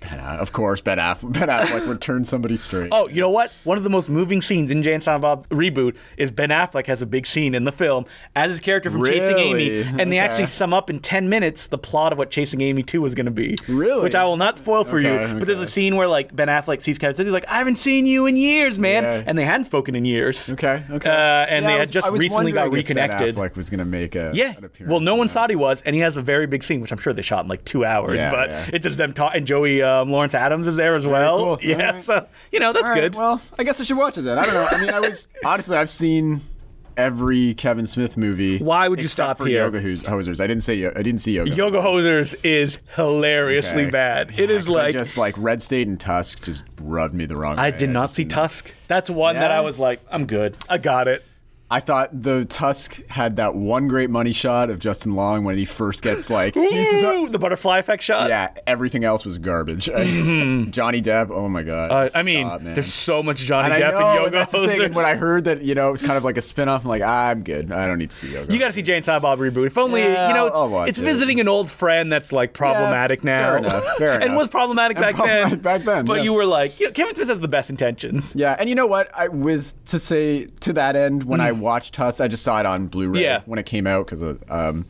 S3: Ben Aff- of course, Ben Affleck. Ben Affleck would turn somebody straight.
S2: Oh, you know what? One of the most moving scenes in Jay and Silent Bob reboot is Ben Affleck has a big scene in the film as his character from Chasing Amy,
S3: Really?
S2: and they
S3: Okay.
S2: actually sum up in ten minutes the plot of what Chasing Amy Two was going to be.
S3: Really?
S2: Which I will not spoil for you.
S3: Okay,
S2: But there's a
S3: okay.
S2: scene where like Ben Affleck sees Kevin Spacey, he's like, "I haven't seen you in years, man,"
S3: Yeah.
S2: and they hadn't spoken in years.
S3: Okay. Okay.
S2: Uh, and they
S3: Yeah, I
S2: had
S3: was-
S2: just
S3: I was
S2: recently got
S3: wondering if
S2: reconnected.
S3: Ben Affleck was gonna make a
S2: Yeah.
S3: An appearance
S2: Well, no
S3: in
S2: one
S3: that.
S2: thought he was, and he has a very big scene, which I'm sure they shot in like two hours.
S3: Yeah,
S2: but
S3: yeah.
S2: it's just them talking. And Joey um, Lawrence Adams is there as well.
S3: cool.
S2: Yeah.
S3: All right.
S2: So you know that's
S3: All right,
S2: good.
S3: Well, I guess I should watch it then. I don't know. I mean, I was honestly, I've seen every Kevin Smith movie.
S2: Why would you
S3: except
S2: stop
S3: for
S2: here?
S3: Yoga Hos- Hosers. I didn't say. Yo- I didn't see Yoga.
S2: Yoga Hosers is hilariously
S3: Okay.
S2: bad. it
S3: Yeah,
S2: is
S3: 'cause I
S2: like
S3: just like Red State and Tusk just rubbed me the wrong way.
S2: I did not
S3: just
S2: see
S3: didn't-
S2: Tusk. That's one that
S3: Yeah?
S2: I was like, I'm good. I got it.
S3: I thought the Tusk had that one great money shot of Justin Long when he first gets like. he's the
S2: Ooh,
S3: Tusk.
S2: the butterfly effect shot.
S3: Yeah, everything else was garbage. Johnny Depp. Oh my god.
S2: Mm-hmm. Uh, I mean,
S3: Stop, man.
S2: there's so much Johnny
S3: And I
S2: Depp
S3: know,
S2: in
S3: and
S2: Yoga
S3: that's the thing.
S2: Hosers.
S3: And when I heard that, you know, it was kind of like a spin-off, I'm like, I'm good. I don't need to see Yoga.
S2: You got to see Jane and Silent Bob reboot. If only
S3: Yeah,
S2: you know it's,
S3: I'll watch
S2: it's
S3: it.
S2: visiting an old friend that's like problematic
S3: Yeah,
S2: now.
S3: fair enough, fair
S2: and
S3: enough.
S2: was problematic
S3: And
S2: back then.
S3: problematic back then,
S2: But
S3: yeah.
S2: you were like, you know, Kevin Smith has the best intentions.
S3: Yeah, and you know what? I was to say to that end when I watched Tusk, I just saw it on Blu-ray
S2: Hmm. Yeah.
S3: when it came out because um,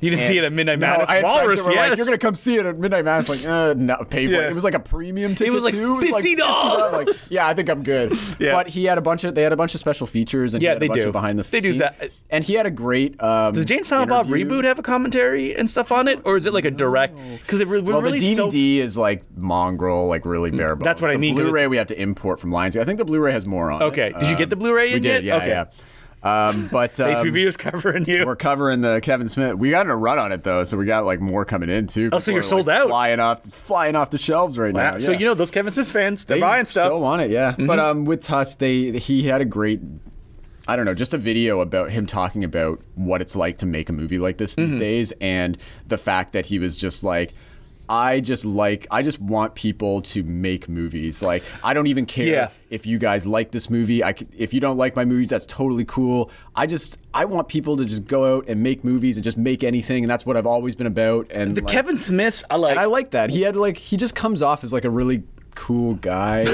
S2: You didn't see it
S3: and-
S2: at Midnight
S3: No,
S2: Madness.
S3: I had friends
S2: Walrus,
S3: that were
S2: yes.
S3: like, you're gonna come see it at Midnight Madness. Like, uh, no, pay for
S2: Yeah.
S3: it. It was like a premium ticket.
S2: was like
S3: too.
S2: $50.
S3: Like, yeah, I think I'm good.
S2: Yeah.
S3: But he had a bunch of they had a bunch of special features and he
S2: Yeah,
S3: had a
S2: they
S3: bunch
S2: do.
S3: of behind the
S2: They do
S3: scenes.
S2: that.
S3: And he had a great. Um,
S2: Does Jane and Silent Bob
S3: interview.
S2: reboot have a commentary and stuff on it, or is it like a direct? Because it re- we're
S3: Well,
S2: really
S3: the
S2: so- Mm,
S3: DVD is like mongrel, like really bare bones.
S2: that's what I
S3: The
S2: mean, 'cause
S3: Blu-ray
S2: it's-
S3: we have to import from Lionsgate. I think the Blu-ray has more on. it. Um,
S2: Okay. Did you get the Blu-ray
S3: We
S2: in yet?
S3: did. Yeah,
S2: Okay.
S3: yeah. Um, but
S2: Ace
S3: um,
S2: Review is covering you.
S3: we're covering the Kevin Smith. We got in a run on it though, so we got like more coming in too.
S2: Oh, so
S3: People
S2: you're
S3: are,
S2: sold
S3: like,
S2: out.
S3: flying off, flying off the shelves right
S2: Wow.
S3: now.
S2: So
S3: yeah.
S2: you know those Kevin Smith fans, they're
S3: they
S2: buying stuff. Mm-hmm.
S3: Still on it, yeah. But um, with Tusk, they he had a great. I don't know, just a video about him talking about what it's like to make a movie like this
S2: Mm-hmm.
S3: these days and the fact that he was just like I just like I just want people to make movies. Like I don't even care
S2: Yeah.
S3: if you guys like this movie. I c- if you don't like my movies, that's totally cool. I just I want people to just go out and make movies and just make anything and that's what I've always been about and
S2: the
S3: like,
S2: Kevin Smiths, I like.
S3: and I like that. He had like he just comes off as like a really cool guy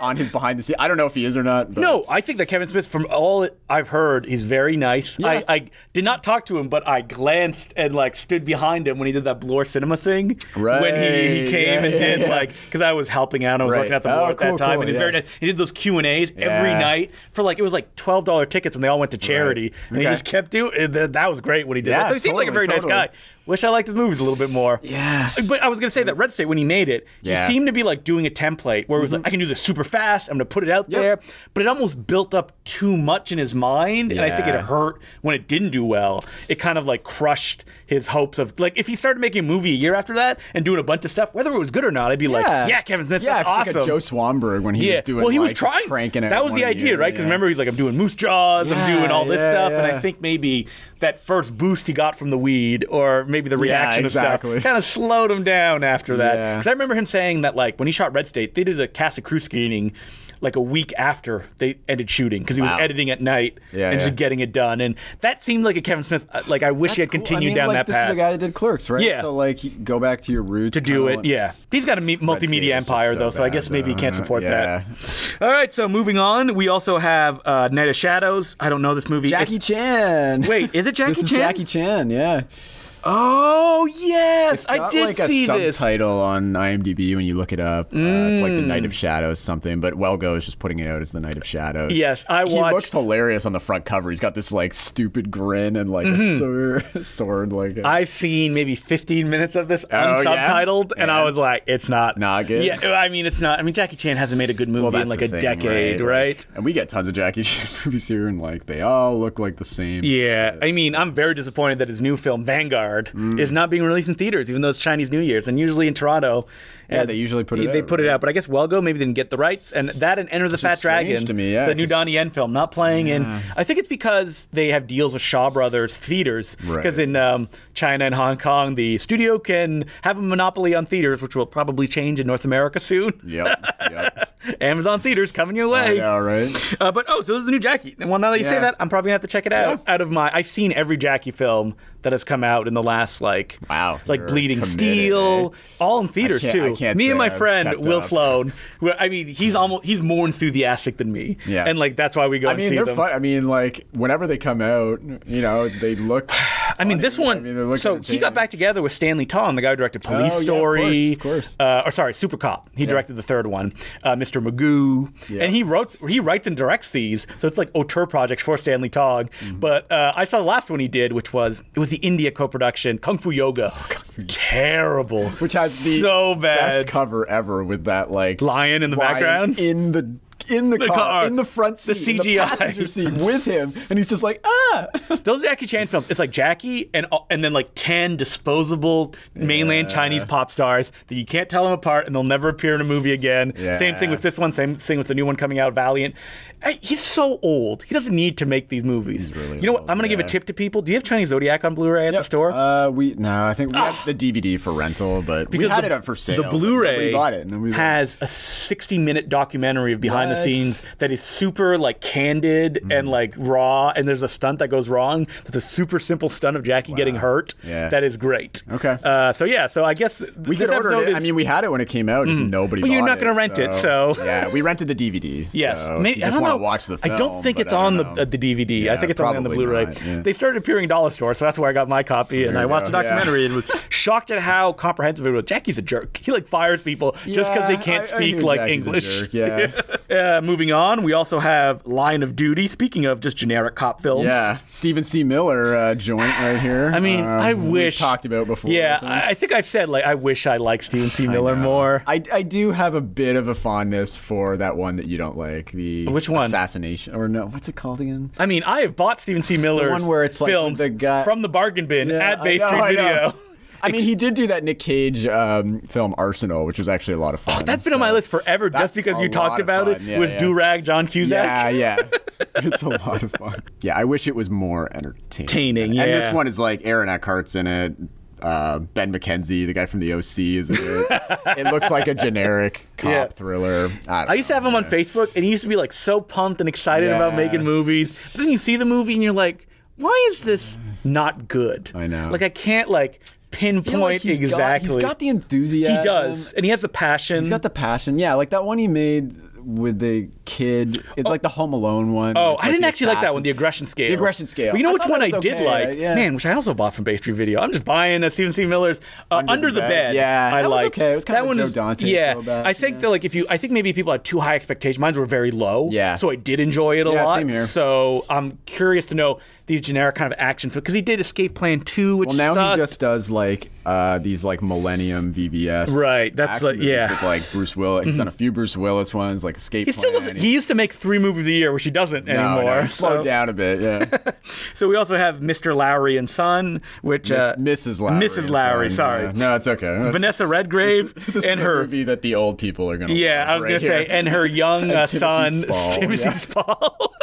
S3: on his behind the scenes. I don't know if he is or not. But
S2: No, I think that Kevin Smith, from all I've heard, he's very nice. I,
S3: Yeah.
S2: I did not talk to him, but I glanced and like stood behind him when he did that Bloor Cinema thing. When he, he
S3: Right,
S2: came
S3: yeah,
S2: and
S3: yeah,
S2: did
S3: yeah.
S2: like because I was helping out, I was
S3: Right.
S2: working at the
S3: Oh,
S2: Bloor at that
S3: cool,
S2: time,
S3: cool,
S2: and he's
S3: yeah.
S2: very nice. He did those Q and A's every
S3: Yeah.
S2: night for like it was like twelve dollar tickets, and they all went to charity, and he
S3: Okay.
S2: just kept doing. and th- That was great when he did
S3: Yeah,
S2: that. So he seems like a very
S3: totally,
S2: nice
S3: totally.
S2: guy. Wish I liked his movies a little bit more.
S3: Yeah.
S2: But I was gonna say that Red State when he made it,
S3: Yeah. Mm-hmm.
S2: he seemed to be like doing a template where it was like, I can do this super fast. I'm gonna put it out
S3: Yep.
S2: there, but it almost built up too much in his mind, and I think it
S3: Yeah.
S2: hurt when it didn't do well. It kind of like crushed his hopes of like if he started making a movie a year after that and doing a bunch of stuff, whether it was good or not, I'd be like, yeah, Kevin Smith,
S3: Yeah,
S2: that's
S3: I think
S2: awesome.
S3: of Joe Swanberg when he
S2: yeah,
S3: was doing.
S2: well, he was
S3: like, just
S2: trying.
S3: cranking out
S2: that was
S3: one
S2: the
S3: a
S2: idea,
S3: year,
S2: right? Because
S3: yeah.
S2: remember, he's like, I'm doing moose jaws, I'm
S3: Yeah,
S2: doing all this
S3: yeah,
S2: stuff, and I
S3: yeah.
S2: think maybe that first boost he got from the weed, or maybe the reaction
S3: exactly.
S2: of stuff, kind of slowed him down after that.
S3: Yeah.
S2: Because I remember him saying that, like, when he shot Red State, they did a Casa Crew screening. Like a week after they ended shooting, because he
S3: Wow.
S2: was editing at night
S3: Yeah,
S2: and
S3: yeah.
S2: just getting it done, and that seemed like a Kevin Smith. uh, Like I wish
S3: That's
S2: he had
S3: cool.
S2: continued
S3: I mean,
S2: down
S3: like,
S2: that
S3: this
S2: path
S3: is the guy that did Clerks, right?
S2: Yeah.
S3: So like, you go back to your roots.
S2: to do
S3: kinda
S2: it.
S3: like-
S2: Yeah, he's got a me-
S3: Red State
S2: multimedia
S3: was just
S2: empire
S3: so
S2: though, so I
S3: bad,
S2: guess maybe he
S3: though.
S2: can't support
S3: Yeah.
S2: that. All right, so moving on, we also have uh, Night of Shadows. I don't know this movie.
S3: Jackie
S2: It's-
S3: Chan.
S2: Wait, is it Jackie
S3: this is
S2: Chan?
S3: Jackie Chan. Yeah.
S2: Oh yes,
S3: It's
S2: I
S3: got,
S2: did
S3: like a
S2: see this.
S3: subtitle on IMDb when you look it up. Uh, It's like the
S2: Mm.
S3: Night of Shadows something, but Welgo is just putting it out as the Night of Shadows.
S2: Yes, I
S3: He
S2: watched-
S3: looks hilarious on the front cover. He's got this like stupid grin and like a sword, sword like. a-
S2: Mm-hmm. I've seen maybe 15 minutes of this
S3: Oh, yeah?
S2: unsubtitled, and I
S3: Yeah.
S2: was like, "It's not
S3: Not good?
S2: Yeah, I mean, it's not. I mean, Jackie Chan hasn't made a good movie
S3: Well,
S2: in
S3: that's
S2: like
S3: the
S2: a
S3: thing,
S2: decade,
S3: Like,
S2: right?
S3: And we get tons of Jackie Chan movies here, and like they all look like the same.
S2: Yeah, I mean, I'm very disappointed that his new film Vanguard, card
S3: Mm.
S2: is not being released in theaters, even though it's Chinese New Year's. And usually in Toronto,
S3: Yeah,
S2: uh,
S3: they usually put it
S2: They
S3: out,
S2: put it
S3: right?
S2: out, but I guess Welgo maybe didn't get the rights, and that and Enter the Fat
S3: strange
S2: Dragon,
S3: to me, yeah,
S2: the new
S3: 'cause-
S2: Donnie Yen film, not playing in. I think it's because they have deals with Shaw Brothers theaters, because
S3: Right.
S2: in um, China and Hong Kong, the studio can have a monopoly on theaters, which will probably change in North America soon.
S3: Yep. Yep.
S2: Amazon theaters coming your
S3: I
S2: way.
S3: know, right?
S2: Uh, but oh, so this is a new Jackie. Well, now that you say
S3: Yeah.
S2: that, I'm probably gonna have to check it out. Out of my, I've seen every Jackie film that has come out in the last like,
S3: Wow,
S2: like
S3: you're
S2: Bleeding
S3: committed,
S2: Steel, all in theaters
S3: can't-
S2: too.
S3: I can't
S2: me
S3: say
S2: and my
S3: I've
S2: friend
S3: kept
S2: Will
S3: up.
S2: Sloan, who I mean, he's almost he's more enthusiastic than me.
S3: Yeah.
S2: and like that's why we go.
S3: I
S2: and
S3: mean,
S2: see
S3: they're
S2: them.
S3: fun. I mean, like whenever they come out, you know, they look.
S2: I mean, this
S3: funny.
S2: one.
S3: I mean, they're looking
S2: so he got
S3: entertaining.
S2: back together with Stanley Tong, the guy who directed Police
S3: Oh, yeah, of
S2: Story,
S3: course, of course.
S2: Uh, or sorry, Super Cop. He directed the third one, uh, Mr. Magoo,
S3: Yeah.
S2: and he wrote, he writes and directs these. So it's like auteur projects for Stanley Tong.
S3: Mm-hmm.
S2: But uh, I saw the last one he did, which was it was the India co-production Kung Fu Yoga.
S3: Oh,
S2: Terrible.
S3: which has the
S2: so bad
S3: best cover ever with that like
S2: lion in the
S3: lion
S2: background.
S3: in the in the, car,
S2: car.
S3: in the front
S2: The
S3: seat in the
S2: CGI.
S3: passenger seat with him and he's just like ah
S2: Those Jackie Chan films, it's like Jackie and and then like ten disposable mainland Chinese pop stars that you can't tell them apart, and they'll never appear in a movie again.
S3: Yeah.
S2: Same thing with this one. Same thing with the new one coming out, Valiant. I, he's so old; he doesn't need to make these movies.
S3: really
S2: you know what?
S3: old,
S2: I'm gonna give a
S3: yeah.
S2: tip to people. Do you have Chinese Zodiac on Blu-ray at the store? Ah.
S3: uh we no i think we had the dvd for rental but we had
S2: the-
S3: it up for sale
S2: The
S3: but
S2: Blu-ray
S3: nobody bought it and then we
S2: has a 60-minute documentary of behind the
S3: What? Hmm.
S2: scenes that is super like candid and like raw. And there's a stunt that goes wrong. That's a super simple stunt of Jackie getting hurt.
S3: Yeah.
S2: that is great.
S3: Okay.
S2: Uh, so yeah. So I guess th-
S3: we
S2: this
S3: could order
S2: episode
S3: it.
S2: is
S3: I mean, we had it when it came out. Just nobody.
S2: Well, you're
S3: bought
S2: not gonna rent it, so-
S3: yeah, we rented the DVDs.
S2: Yes,
S3: so if
S2: May-
S3: you just
S2: I don't
S3: want
S2: know.
S3: to watch the. Film,
S2: I don't think
S3: but
S2: it's
S3: I
S2: on
S3: don't
S2: the,
S3: know.
S2: uh, the DVD. I
S3: Yeah,
S2: think it's only on the
S3: probably
S2: Blu-ray.
S3: not, yeah.
S2: They started appearing in dollar store, so that's where I got my copy. and I
S3: you
S2: watched
S3: go.
S2: the
S3: Yeah.
S2: documentary and was shocked at how comprehensive it was. Jackie's a jerk. He like fires people just because they
S3: Yeah,
S2: can't
S3: I- I
S2: speak
S3: hear
S2: like
S3: Jackie's a
S2: English.
S3: jerk, yeah.
S2: uh, moving on, we also have Line of Duty. Speaking of just generic cop films.
S3: Yeah, Stephen C. Miller uh, joint right here. Um,
S2: I mean, I
S3: we've
S2: wish
S3: talked about before.
S2: Yeah,
S3: I, think.
S2: I, I think I've said like I wish I liked Steven C. Miller more.
S3: I, I do have a bit of a fondness for that one that you don't like. The
S2: Which one?
S3: Assassination or no? What's it called again?
S2: I mean, I have bought Steven C. Miller's
S3: one where it's like with
S2: films
S3: the guy-
S2: from the bargain bin at
S3: I
S2: Bay
S3: know,
S2: Street
S3: I know.
S2: Video.
S3: I mean, he did do that Nick Cage um, film Arsenal, which was actually a lot of fun.
S2: Oh, That's been on my
S3: so-
S2: list forever just
S3: That's
S2: because
S3: a
S2: you talked
S3: lot of
S2: about it
S3: fun. Yeah,
S2: with
S3: yeah.
S2: Durag John Cusack.
S3: Yeah, yeah. it's a lot of fun. Yeah, I wish it was more entertaining.
S2: Entertaining,
S3: And this
S2: yeah.
S3: one is like Aaron Eckhart's in it. Uh, ben McKenzie, the guy from the OC, is in it. it looks like a generic cop
S2: Yeah.
S3: thriller. I,
S2: I used to have him on Facebook and he used to be like so pumped and excited about
S3: Yeah.
S2: making movies. But then you see the movie and you're like, why is this not good?
S3: I know.
S2: Like I can't like pinpoint exactly.
S3: he's got the enthusiasm.
S2: he does, and he has the passion.
S3: He's got the passion. Yeah, like that one he made with the kid. It's like the Home Alone one.
S2: Oh,
S3: It's
S2: I didn't
S3: the
S2: actually like that one, the
S3: assassin.
S2: aggression scale.
S3: The aggression scale.
S2: But you know
S3: I
S2: which
S3: thought
S2: one I
S3: that was
S2: did
S3: okay,
S2: like?
S3: yeah.
S2: Man, which I also bought from Bay Street Video. I'm just buying a Steven C. Miller's uh, Under, the, bed.
S3: Yeah,
S2: I
S3: that was
S2: liked.
S3: okay. It was kind
S2: that
S3: of a
S2: one
S3: Joe
S2: is,
S3: Dante
S2: Yeah,
S3: throwback,
S2: I think
S3: yeah.
S2: that like if you, I think maybe people had too high expectations. Mine were very low.
S3: Yeah.
S2: So I did enjoy it a
S3: Yeah,
S2: lot.
S3: same here.
S2: So I'm curious to know these generic kind of action because he did Escape Plan Two, which
S3: Well, now
S2: sucked.
S3: he just does like uh, these like Millennium VVS.
S2: Right, that's
S3: action
S2: like-
S3: movies
S2: yeah.
S3: With like Bruce Willis, he's done a few Bruce Willis ones, like Escape.
S2: He still
S3: Plan.
S2: doesn't. He used to make three movies a year, which he doesn't
S3: no,
S2: anymore.
S3: no, he
S2: so,
S3: slowed down a bit. Yeah,
S2: so we also have Mr. Lowry and Son, which uh,
S3: Miss, Mrs. Lowry.
S2: Mrs. Lowry,
S3: so,
S2: sorry.
S3: yeah. No, it's okay. That's-
S2: Vanessa Redgrave
S3: this
S2: and
S3: is
S2: her
S3: a movie that the old people are gonna.
S2: Yeah,
S3: love
S2: I was
S3: right
S2: gonna say,
S3: here.
S2: and her young uh,
S3: Timothy
S2: son,
S3: Spall,
S2: Timothy
S3: yeah.
S2: Spall.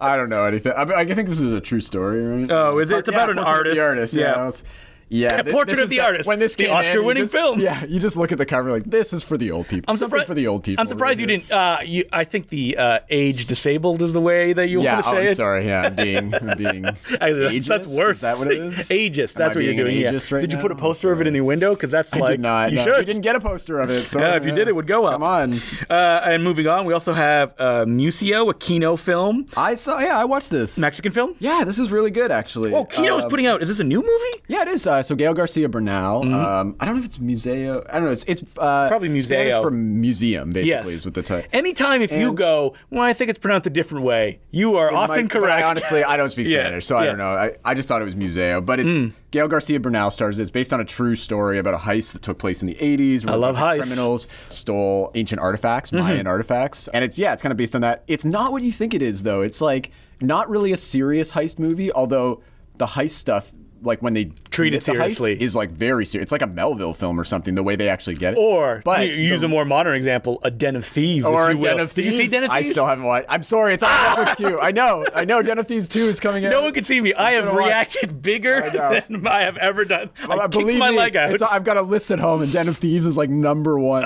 S3: I don't know anything. I, mean, I think this is a true story, right?
S2: Oh, is it? It's
S3: Yeah,
S2: about an
S3: Portrait of
S2: artist.
S3: The artist.
S2: Yeah.
S3: Yeah. I was- Yeah,
S2: A
S3: thi-
S2: Portrait
S3: this
S2: of the
S3: is
S2: Artist,
S3: When this
S2: the
S3: came in, you
S2: Oscar-winning
S3: just-
S2: film.
S3: Yeah, you just look at the cover like this is for the old people.
S2: I'm
S3: Something
S2: surpri-
S3: for the old people.
S2: I'm surprised you
S3: really.
S2: didn't. Uh, you, I think the uh, age disabled is the way that you
S3: Yeah,
S2: want to
S3: oh,
S2: say
S3: I'm
S2: it.
S3: sorry. Yeah, I'm being, I'm being
S2: I- that's,
S3: ageist?
S2: that's worse.
S3: Is that what it is?
S2: Aegis.
S3: Am
S2: That's
S3: I
S2: what you're
S3: being an
S2: doing. yeah.
S3: ageist right
S2: did you put a
S3: now?
S2: poster of it in the window? Because that's
S3: I
S2: like
S3: did not.
S2: you
S3: no,
S2: should.
S3: We didn't get a poster of it. So
S2: yeah, if you did, it would go up.
S3: Come on.
S2: Uh, and moving on, we also have uh, Museo, a Kino film,
S3: I saw. Yeah, I watched this.
S2: Mexican film.
S3: Yeah, this is really good actually.
S2: Oh, Kino is
S3: Um,
S2: putting out. Is this a new movie?
S3: Yeah, it is. Uh, so Gail Garcia Bernal. Um, I don't know if it's museo. I don't know. It's it's uh,
S2: Mm-hmm. Probably museo.
S3: Spanish for museum, basically,
S2: Yes.
S3: is what the title.
S2: Anytime if you
S3: And-
S2: go, well, I think it's pronounced a different way. You are often
S3: But I
S2: correct.
S3: honestly, I don't speak
S2: Yeah,
S3: Spanish, so
S2: yeah.
S3: I
S2: Hmm.
S3: don't know. I, I just thought it was museo, but it's Gail Garcia Bernal stars. it. It's based on a true story about a heist that took place in the '80s. Where
S2: I
S3: a
S2: love Mm-hmm.
S3: bunch
S2: heists.
S3: of Criminals stole ancient artifacts, Mayan artifacts, and it's yeah, it's kind of based on that. It's not what you think it is, though. It's like not really a serious heist movie, although the heist stuff like when they
S2: Treat it
S3: commit the heist
S2: seriously.
S3: is like very serious. It's like a Melville film or something. The way they actually get it.
S2: Or
S3: but
S2: you, you use
S3: the-
S2: a more modern example, a den of thieves.
S3: or
S2: if you will.
S3: Den of
S2: Did you see
S3: Thieves.
S2: den of thieves? Ah!
S3: I still haven't watched. I'm sorry, it's on Netflix too. I know, I know. Den of Thieves two is coming out.
S2: no one can see me. I have
S3: gonna watch-
S2: reacted bigger
S3: I know.
S2: than I have ever done. I,
S3: Uh,
S2: kicked
S3: believe
S2: my
S3: me,
S2: leg out.
S3: it's- I've got a list at home, and Den of Thieves is like number one.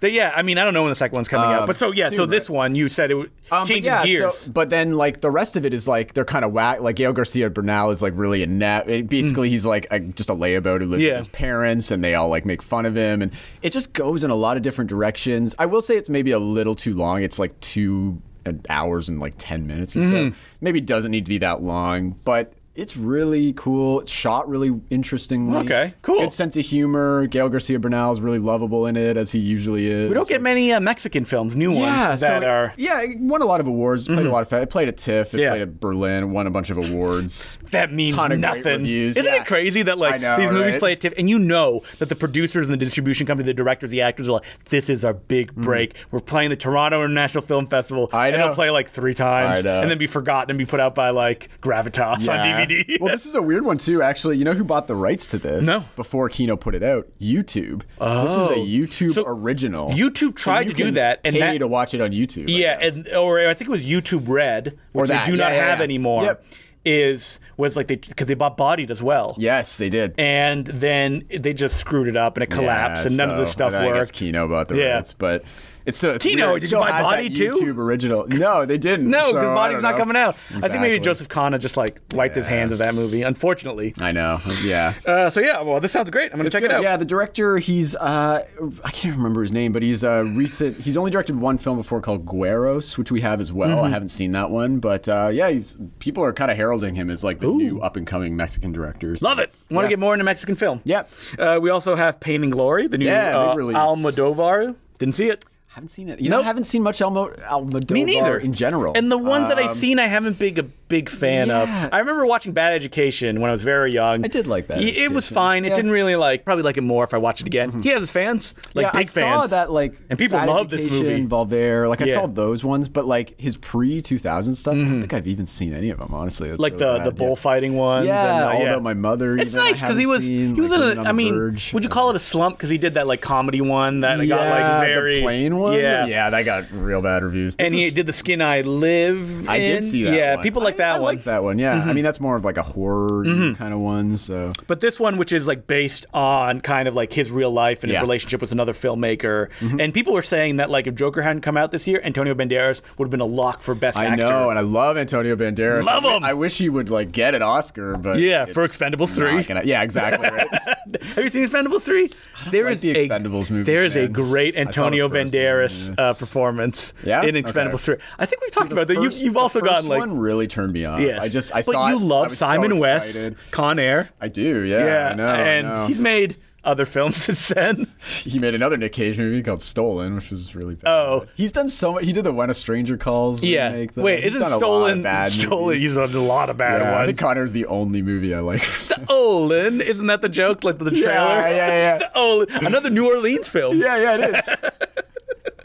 S2: But yeah, I mean, I don't know when the second one's coming out,
S3: Um,
S2: but so yeah, so
S3: soon,
S2: this
S3: right?
S2: one you said it w-
S3: Um,
S2: changes
S3: but yeah,
S2: gears.
S3: So, but then like the rest of it is like they're kind of whack. Like Gail Garcia Bernal is like really inept. It- basically, he's like a, just a layabout who lives
S2: Mm. Yeah.
S3: with his parents, and they all like make fun of him, and it just goes in a lot of different directions. I will say it's maybe a little too long. It's like two uh, hours and like ten minutes or
S2: Mm-hmm.
S3: so. Maybe doesn't need to be that long, but. It's really cool. It's shot really interestingly.
S2: Okay, cool.
S3: Good sense of humor. Gail Garcia Bernal is really lovable in it, as he usually is.
S2: we don't get many uh, Mexican films, new ones that
S3: it-
S2: are Mm-hmm.
S3: Yeah, it won a lot of awards. Played a lot of. fe- It played at TIFF. It
S2: Yeah.
S3: played at Berlin. Won a bunch of awards.
S2: that means
S3: Ton of great
S2: nothing.
S3: reviews,
S2: Isn't
S3: yeah.
S2: it crazy that
S3: I
S2: like
S3: know,
S2: these movies
S3: right?
S2: play at TIFF, and you know that the producers and the distribution company, the directors, the actors are like, this is our big break. We're playing the Toronto International Film Festival,
S3: Hmm. I
S2: and they'll
S3: know.
S2: play like three times,
S3: I know.
S2: and then be forgotten and be put out by like Gravitas
S3: Yeah.
S2: on DVD.
S3: well, this is a weird one too. Actually, you know who bought the rights to this?
S2: No.
S3: Before Kino put it out, YouTube. This is a
S2: Oh.
S3: YouTube
S2: So,
S3: original.
S2: YouTube tried
S3: you
S2: to do
S3: can
S2: that, and
S3: pay
S2: that-
S3: to watch it on YouTube. I
S2: yeah,
S3: guess.
S2: and or I think it was YouTube Red, which
S3: that,
S2: they do not
S3: yeah, yeah,
S2: have
S3: yeah.
S2: anymore.
S3: Yep.
S2: Is was like they because they bought Bodied as well.
S3: Yes, they did.
S2: and then they just screwed it up and it collapsed
S3: Yeah,
S2: and none of this
S3: so,
S2: stuff
S3: I guess
S2: worked.
S3: Kino bought the
S2: Yeah.
S3: rights, but it's still it's
S2: Kino,
S3: weird. It
S2: did you
S3: still
S2: buy
S3: has
S2: Body
S3: that
S2: too?
S3: YouTube original. No, they didn't.
S2: No,
S3: so I
S2: because
S3: don't
S2: Body's not
S3: know.
S2: coming out. I think
S3: Exactly.
S2: maybe Joseph Kana just like wiped his
S3: Yeah.
S2: hands of that movie, unfortunately.
S3: I know. Yeah.
S2: Uh, so yeah, well, this sounds great. I'm gonna check
S3: It's
S2: it
S3: good.
S2: out.
S3: Yeah, the director, he's uh, I can't remember his name, but he's uh, recent. He's only directed one film before called Gueros, which we have as well.
S2: Mm-hmm.
S3: I haven't seen that one, but uh, yeah, he's people are kind of heralding him as like the new up and coming Mexican director.
S2: Love it. Want to
S3: Yeah.
S2: get more into Mexican film?
S3: Yeah.
S2: Uh, we also have Pain and Glory, the new
S3: Yeah, big
S2: uh,
S3: release.
S2: Almodovar. Didn't see it.
S3: Haven't seen it. You know,
S2: Nope.
S3: I haven't seen much Almo Almodovar
S2: Me neither.
S3: in general.
S2: And the ones that I've
S3: Um,
S2: seen, I haven't been a big fan
S3: yeah.
S2: of. I remember watching Bad Education when I was very young.
S3: I did like Bad
S2: Y- It was
S3: Education.
S2: fine. It
S3: Yeah. Mm-hmm.
S2: didn't really like. Probably like it more if I watch it again. He has his fans, like
S3: yeah,
S2: big
S3: I
S2: fans.
S3: saw that like
S2: And people
S3: Bad
S2: love this
S3: Education,
S2: movie.
S3: Voltaire. Like I
S2: Yeah. Mm-hmm.
S3: saw those ones, but like his pre two thousand stuff. I don't think I've even seen any of them. Honestly, It's
S2: like
S3: really
S2: the
S3: bad,
S2: the
S3: yeah.
S2: bullfighting ones.
S3: Yeah,
S2: and, uh,
S3: all
S2: yeah.
S3: about my mother.
S2: It's
S3: even, I
S2: nice because he
S3: haven't
S2: was
S3: seen,
S2: he was
S3: like,
S2: in
S3: Women
S2: a.
S3: on
S2: I
S3: the
S2: mean,
S3: Verge.
S2: would you call it a slump? Because he did that like comedy one that got
S3: Yeah,
S2: like very
S3: the plane one.
S2: Yeah,
S3: yeah, that got real bad reviews. This
S2: And he
S3: is-
S2: did the skin I live.
S3: I did
S2: in.
S3: see that.
S2: Yeah,
S3: one.
S2: people like
S3: I-
S2: that one.
S3: I
S2: Mm-hmm.
S3: like that one. Yeah, I mean that's more of like a horror kind of one. So
S2: But this one, which is like based on kind of like his real life and his
S3: Yeah. Mm-hmm.
S2: relationship with another filmmaker, and people were saying that like if Joker hadn't come out this year, Antonio Banderas would have been a lock for best
S3: I
S2: actor.
S3: know, and I love Antonio Banderas.
S2: Love
S3: I-
S2: him!
S3: I wish he would like get an Oscar, but
S2: Yeah, for
S3: it's
S2: Expendables
S3: not
S2: 3.
S3: gonna- yeah, exactly. Right?
S2: Have you seen Expendables three? There
S3: like
S2: is
S3: the
S2: a
S3: Expendables movies,
S2: there is a
S3: man.
S2: great
S3: I saw the
S2: Antonio
S3: first
S2: Banderas
S3: one,
S2: uh, performance
S3: Yeah?
S2: in
S3: Okay.
S2: Expendables three. I think we've talked about that. You,
S3: First-
S2: you've also
S3: the first
S2: gotten like
S3: one really turned me on.
S2: yes,
S3: I just I
S2: but
S3: saw
S2: you
S3: it, I
S2: love
S3: was so
S2: Simon West,
S3: excited.
S2: Con Air.
S3: I do. Yeah, I know. I
S2: and
S3: know.
S2: he's made other films since then.
S3: he made another Nick Cage movie called Stolen, which was really bad.
S2: Oh.
S3: he's done so much. He did the When a Stranger Calls.
S2: Yeah.
S3: remake, though.
S2: Wait,
S3: He's
S2: isn't
S3: done a lot of
S2: Stolen
S3: bad
S2: Stolen?
S3: movies.
S2: He's done a lot of bad
S3: Yeah, I
S2: ones.
S3: think Connor's the only movie I like.
S2: Stolen, isn't that the joke? Like the trailer.
S3: yeah, yeah.
S2: Stolen, another New Orleans film.
S3: yeah, yeah, it is.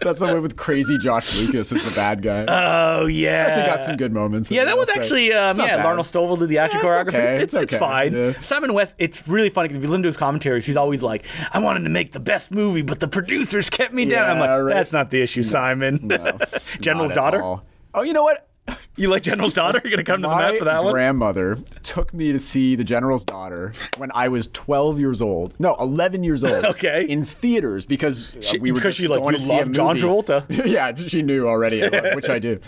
S3: That's the one with crazy Josh Lucas as the bad guy.
S2: Oh yeah.
S3: actually got some good moments. in
S2: Yeah,
S3: it,
S2: that was
S3: that's right.
S2: actually um,
S3: It's not
S2: yeah.
S3: bad.
S2: Larnell Stovall did the action
S3: Yeah,
S2: choreography.
S3: it's okay,
S2: It's,
S3: it's
S2: it's
S3: okay,
S2: fine.
S3: yeah.
S2: Simon West. It's really funny because if you listen to his commentaries, he's always like, "I wanted to make the best movie, but the producers kept me down." I'm
S3: Yeah,
S2: like,
S3: right.
S2: "That's not the issue, Simon."
S3: No,
S2: General's
S3: not at
S2: daughter.
S3: all. Oh, you know what?
S2: You like General's daughter? You're gonna come to the
S3: My
S2: mat for that one?
S3: grandmother took me to see The General's Daughter when I was 12 years old. No, 11 years old.
S2: Okay.
S3: In theaters because uh, we were
S2: because
S3: just
S2: she, like,
S3: going
S2: you
S3: to see a
S2: love John
S3: movie.
S2: Travolta.
S3: yeah, she knew already, I loved, which I do.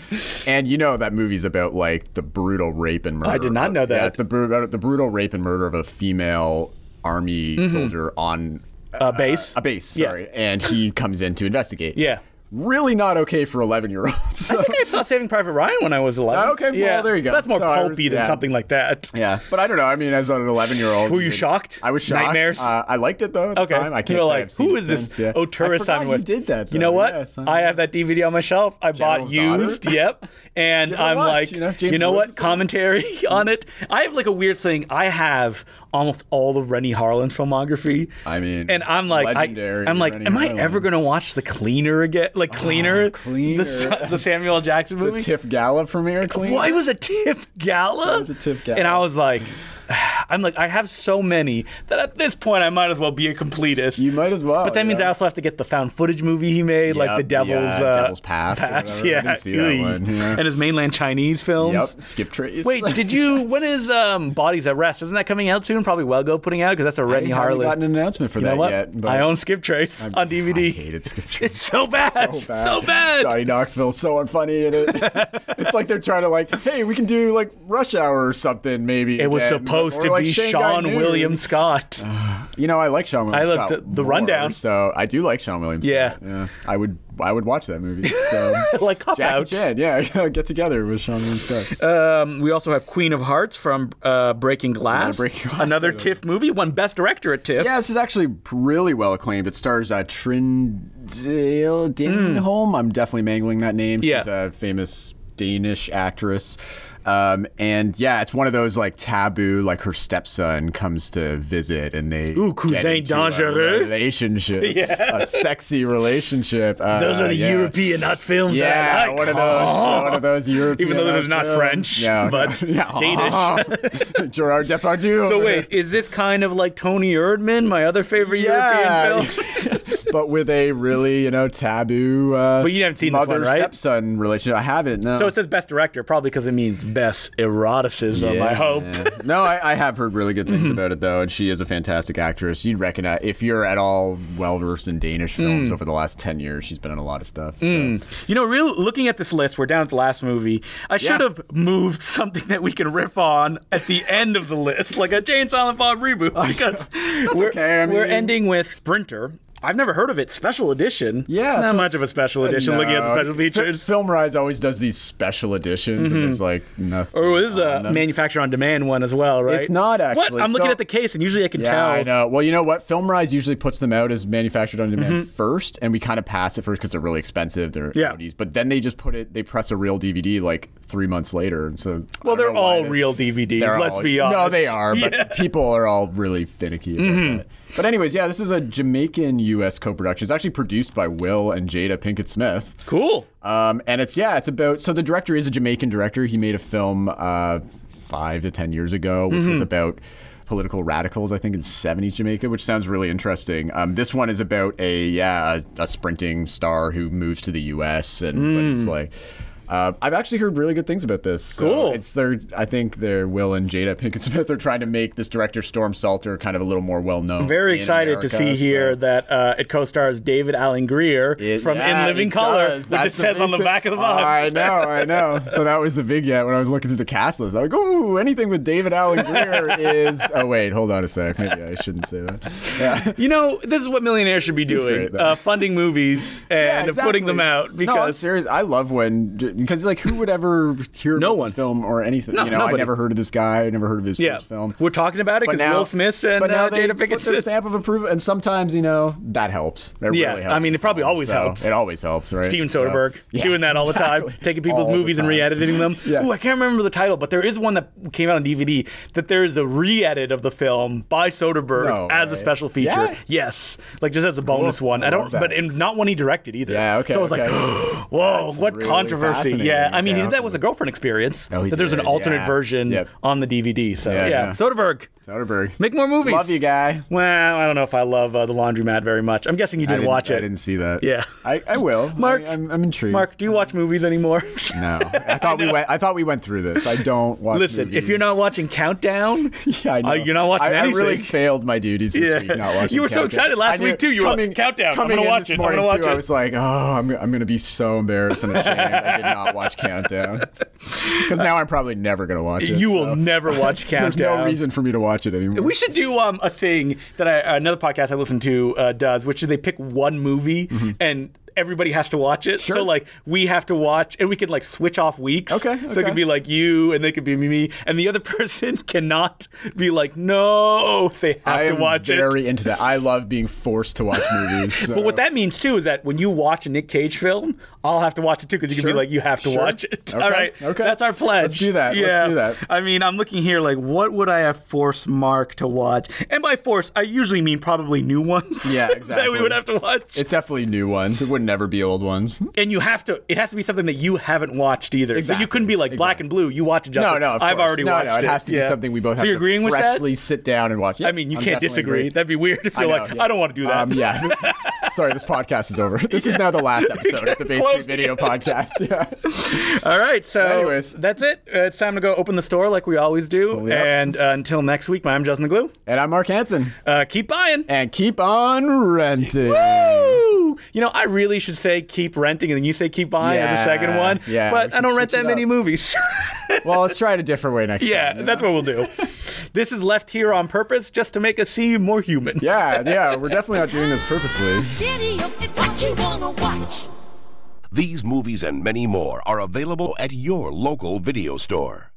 S3: And you know that movie's about like the brutal rape and murder.
S2: I did not
S3: of-
S2: know that.
S3: Yeah, it's the, bru- uh, the brutal rape and murder of a female army soldier on
S2: Uh, base.
S3: a base.
S2: Mm-hmm. Yeah.
S3: Sorry, and he comes in to investigate.
S2: Yeah.
S3: Really not okay for 11 year olds.
S2: I think I saw Saving Private Ryan when I was 11.
S3: Ah, okay, well,
S2: yeah.
S3: there you go.
S2: That's more
S3: So I was-
S2: pulpy than
S3: yeah.
S2: something like that.
S3: Yeah, but I don't know. I mean, as an 11 year old,
S2: Were you shocked?
S3: I was shocked.
S2: Nightmares?
S3: Uh, I liked it though. At
S2: Okay.
S3: the time. I
S2: You
S3: can't
S2: were
S3: say
S2: like,
S3: I've seen
S2: who
S3: it
S2: is this
S3: since, yeah.
S2: Otura
S3: I forgot
S2: San
S3: he
S2: West?
S3: did that.
S2: You know
S3: though.
S2: what?
S3: Yeah, San
S2: I have
S3: West.
S2: that DVD on my shelf. I bought
S3: General's Daughter?
S2: used. Yep. And
S3: Give it a
S2: I'm like,
S3: watch,
S2: you
S3: you
S2: know,
S3: know, James
S2: what?
S3: Woods is in it.
S2: Commentary on it. I have like a weird thing. I have almost all of Rennie Harlan's filmography.
S3: I mean,
S2: and I'm like, I,
S3: legendary
S2: am like,
S3: Rennie
S2: am
S3: Harlan. Ah,
S2: I ever gonna watch The Cleaner again? Like Cleaner,
S3: Cleaner.
S2: the, Sa- the Samuel L. Jackson movie.
S3: The Tiff Gala premiere clean.
S2: Why was a TIFF gala? It
S3: was a TIFF gala.
S2: And I was like, I'm like, I have so many that at this point I might as well be a completist.
S3: You might as well.
S2: but that means
S3: Oh, yeah.
S2: I also have to get the found footage movie he made, like
S3: Yep,
S2: the Devil's
S3: yeah,
S2: uh,
S3: Devil's Pass or whatever. I
S2: yeah,
S3: didn't see that
S2: Eey.
S3: one, yeah.
S2: and his mainland Chinese films.
S3: Yep. Skip trace.
S2: Wait, did you? When is um, Bodies at Rest? Isn't that coming out soon? Probably Wellgo putting out because that's a
S3: I
S2: Rennie
S3: haven't
S2: Harlan.
S3: gotten an announcement for
S2: you know
S3: that
S2: what?
S3: yet. But
S2: I own Skip Trace
S3: I-
S2: on DVD.
S3: I hated Skip Trace.
S2: It's so bad, so bad.
S3: Johnny Knoxville's so unfunny in it. it's like they're trying to like, hey, we can do like Rush Hour or something maybe.
S2: It was
S3: again.
S2: supposed
S3: Or,
S2: to
S3: like,
S2: be
S3: Shanghai
S2: Sean
S3: Noon.
S2: William Scott.
S3: You know, I like Sean William.
S2: I looked
S3: Scott
S2: at the
S3: more,
S2: rundown.
S3: so I do like Sean William.
S2: Yeah.
S3: Scott. yeah, I would, I would watch that movie. So
S2: like cop
S3: Jackie
S2: out.
S3: Chan, yeah, get together with Sean William Scott.
S2: Um, we also have Queen of Hearts from uh, Breaking Glass,
S3: Breaking Glass
S2: another
S3: title.
S2: TIFF movie, won Best Director at TIFF.
S3: yeah, this is actually really well acclaimed. It stars uh, Trindale Dinholm. I'm definitely mangling that name. She's
S2: Hmm. Yeah.
S3: a famous Danish actress. Um, and yeah, it's one of those like taboo, like her stepson comes to visit and they
S2: Ooh,
S3: get
S2: cousin
S3: into
S2: dangereux.
S3: a relationship, a sexy relationship. Uh,
S2: Those are the
S3: yeah.
S2: European hot films that I
S3: Yeah,
S2: like.
S3: one of those, uh,
S2: Oh.
S3: one of those European.
S2: Even though this is not
S3: films.
S2: French,
S3: Yeah,
S2: but
S3: Danish. Gerard Depardieu.
S2: So wait, is this kind of like Tony Erdman, my other favorite European film?
S3: but with a really you know taboo. Uh,
S2: But you haven't seen this one,
S3: mother
S2: right?
S3: stepson relationship. I haven't. No.
S2: So it says Best Director, probably because it means Best Eroticism. I hope. Mm-hmm.
S3: no, I, I have heard really good things about it though, and she is a fantastic actress. You'd recognize if you're at all well versed in
S2: Mm.
S3: Danish films over the last ten years. She's been in a lot of stuff. So.
S2: You know, real looking at this list, we're down at the last movie. I should have moved something that we can riff on at the end of the list, like a Jane Silent Bob reboot, because we're,
S3: okay, I
S2: we're
S3: mean-
S2: ending with Sprinter. I've never heard of it. Special edition.
S3: Yeah,
S2: not
S3: so
S2: much
S3: it's-
S2: of a special edition. Looking at the
S3: No.
S2: special
S3: Fi-
S2: features. Mm-hmm.
S3: Filmrise always does these special editions, and it's like nothing.
S2: Oh, this is
S3: on
S2: a
S3: them.
S2: manufacturer on demand one as well, right?
S3: It's not
S2: What?
S3: actually.
S2: I'm looking
S3: So-
S2: at the case, and usually I can
S3: Yeah,
S2: tell.
S3: I know. Well, you know what? Filmrise usually puts them out as manufactured on demand first, and we kind of pass it first because they're really expensive. They're
S2: Mm-hmm. Yeah.
S3: ODs. But then they just put it. They press a real DVD like three months later. and So I
S2: Well,
S3: don't
S2: they're
S3: know why
S2: all
S3: they-
S2: real DVDs.
S3: they're
S2: let's
S3: all-
S2: be honest.
S3: No, they are. But
S2: Yeah. Mm-hmm.
S3: people are all really finicky. About that. But anyways, yeah, this is a Jamaican U.S. co-production. It's actually produced by Will and Jada Pinkett Smith.
S2: Cool.
S3: Um, and it's yeah, it's about so the director is a Jamaican director. He made a film uh, five to ten years ago, which
S2: Mm-hmm.
S3: was about political radicals, I think, in '70s Jamaica, which sounds really interesting. Um, this one is about a yeah, a, a sprinting star who moves to the U.S. and but it's
S2: Mm.
S3: like. Uh, I've actually heard really good things about this. So
S2: Cool.
S3: It's their, I think their Will and Jada Pinkett Smith are trying to make this director Storm Salter kind of a little more well known.
S2: Very excited to see here that uh, it co-stars David Allen Greer
S3: It-
S2: from
S3: yeah,
S2: In Living
S3: it
S2: Color,
S3: does.
S2: which
S3: That's
S2: it says
S3: big
S2: on the
S3: thing.
S2: back of the box.
S3: I know, I know. So that was the big yet when I was looking through the cast list. I was like, ooh, anything with David Allen Greer is. Oh wait, hold on a sec. Maybe I shouldn't say that. Yeah.
S2: You know, this is what millionaires should be doing:
S3: great, though.
S2: uh, funding movies and putting them out
S3: no, I'm
S2: because
S3: serious. I love when because like who would ever hear
S2: No
S3: about
S2: one.
S3: this film or anything?
S2: No,
S3: you know, I
S2: nobody.
S3: never heard of this guy. I never heard of his
S2: yeah,
S3: first film.
S2: we're talking about it
S3: But
S2: because
S3: now,
S2: Will Smith and
S3: but now
S2: uh,
S3: they
S2: Jada Pinkett
S3: put their
S2: Smith.
S3: stamp of approval, and sometimes you know that helps. It
S2: Yeah,
S3: really helps
S2: I mean, it probably
S3: the film,
S2: always
S3: so
S2: helps.
S3: It always helps, right?
S2: Steven
S3: So,
S2: Soderbergh
S3: yeah,
S2: doing that all the
S3: exactly.
S2: time, taking people's
S3: All the
S2: movies and
S3: time.
S2: re-editing them.
S3: Yeah.
S2: Ooh, I can't remember the title, but there is one that came out on DVD that there is a re-edit of the film by Soderbergh
S3: No
S2: as a
S3: way.
S2: special feature.
S3: Yeah?
S2: Yes, like just as a bonus one. I
S3: I
S2: don't,
S3: love that.
S2: but and not one he directed either.
S3: Yeah, okay,
S2: So I was like,
S3: okay.
S2: whoa, what
S3: really
S2: controversy? Yeah,
S3: fascinating.
S2: I mean,
S3: Yeah,
S2: he did that
S3: okay.
S2: was a girlfriend experience.
S3: Oh, he
S2: that there's an
S3: did,
S2: alternate
S3: yeah.
S2: version
S3: Yep.
S2: on the DVD. So yeah,
S3: Yeah, yeah.
S2: Soderbergh,
S3: Soderbergh.
S2: make more movies.
S3: Love you, guy.
S2: Well, I don't know if I love uh, the Laundromat very much. I'm guessing you didn't, watch it.
S3: I didn't see that.
S2: Yeah.
S3: I, I will.
S2: Mark-
S3: I, am I'm intrigued.
S2: Mark, do you watch movies anymore?
S3: no. I thought we went. I thought we went through this. I don't watch.
S2: Listen, if you're not
S3: movies.
S2: watching Countdown,
S3: Yeah, I know.
S2: uh, you're not watching
S3: I, I really
S2: anything.
S3: failed my duties this
S2: Yeah.
S3: week. Not watching.
S2: You were so
S3: Countdown.
S2: excited last
S3: I knew-
S2: week, too. You were like, "Countdown, I'm
S3: Coming
S2: gonna
S3: in
S2: watch
S3: this
S2: it, I'm
S3: morning,
S2: gonna watch
S3: too,
S2: it."
S3: I was like, oh, I'm, I'm gonna be so embarrassed and ashamed. I did not watch Countdown because now I'm probably never gonna watch it.
S2: you will
S3: so
S2: never watch Countdown.
S3: There's no reason for me to watch it anymore.
S2: We should do um, a thing that I, another podcast I listen to uh, does, which is they pick one movie and everybody has to watch it. So
S3: Mm-hmm. Sure.
S2: like we have to watch, and we could like switch off weeks.
S3: Okay,
S2: So it
S3: okay.
S2: could be like you, and they could be me, and the other person cannot be like, no, they have
S3: I
S2: to
S3: am
S2: watch it.
S3: very into that. I love being forced to watch movies.
S2: But what
S3: so-
S2: that means too is that when you watch a Nick Cage film, I'll have to watch it too because you can
S3: Sure.
S2: be like, you have to
S3: Sure.
S2: watch it.
S3: Okay.
S2: All right,
S3: Okay.
S2: that's our pledge.
S3: Let's do that. Let's do that.
S2: I mean, I'm looking here like, what would I have forced Mark to watch? And by force, I usually mean probably new ones.
S3: Yeah,
S2: that we
S3: exactly.
S2: would have to watch.
S3: It's definitely new ones. It wouldn't never be old ones.
S2: and you have to. It has to be something that you haven't watched either. So you
S3: Exactly,
S2: couldn't be like Black and Blue. You watch Justice.
S3: No, no, of
S2: I've
S3: course.
S2: already
S3: no,
S2: watched
S3: no, it.
S2: it.
S3: has to be
S2: Yeah.
S3: something we both
S2: So
S3: have
S2: you're
S3: to
S2: agreeing with that?
S3: freshly sit down and watch. Yeah,
S2: I mean, you
S3: I'm
S2: can't
S3: definitely
S2: disagree.
S3: agreeing.
S2: That'd be weird if
S3: I
S2: you're
S3: know,
S2: like,
S3: yeah.
S2: I don't want to do that.
S3: Um, yeah. Sorry, this podcast is over. This is now the last episode of the Bay
S2: Close
S3: Street Video Podcast. Yeah.
S2: All right, so
S3: Anyways.
S2: that's it. Uh, it's time to go open the store like we always do.
S3: yeah.
S2: And uh, until next week, my I'm Justin the Glue.
S3: And I'm Mark Hansen.
S2: Uh, keep buying.
S3: And keep on renting.
S2: Woo! You know, I really should say keep renting, and then you say keep buying as the
S3: Yeah,
S2: second one.
S3: yeah,
S2: but
S3: we
S2: I don't
S3: should
S2: rent
S3: switch
S2: that
S3: it
S2: many
S3: up.
S2: movies.
S3: Well, let's try it a different way next
S2: yeah,
S3: time. you
S2: that's
S3: know?
S2: what we'll do. this is left here on purpose just to make us seem more human.
S3: Yeah, yeah, we're definitely not doing this purposely.
S4: video. It's what you wanna watch.
S1: These movies and many more are available at your local video store.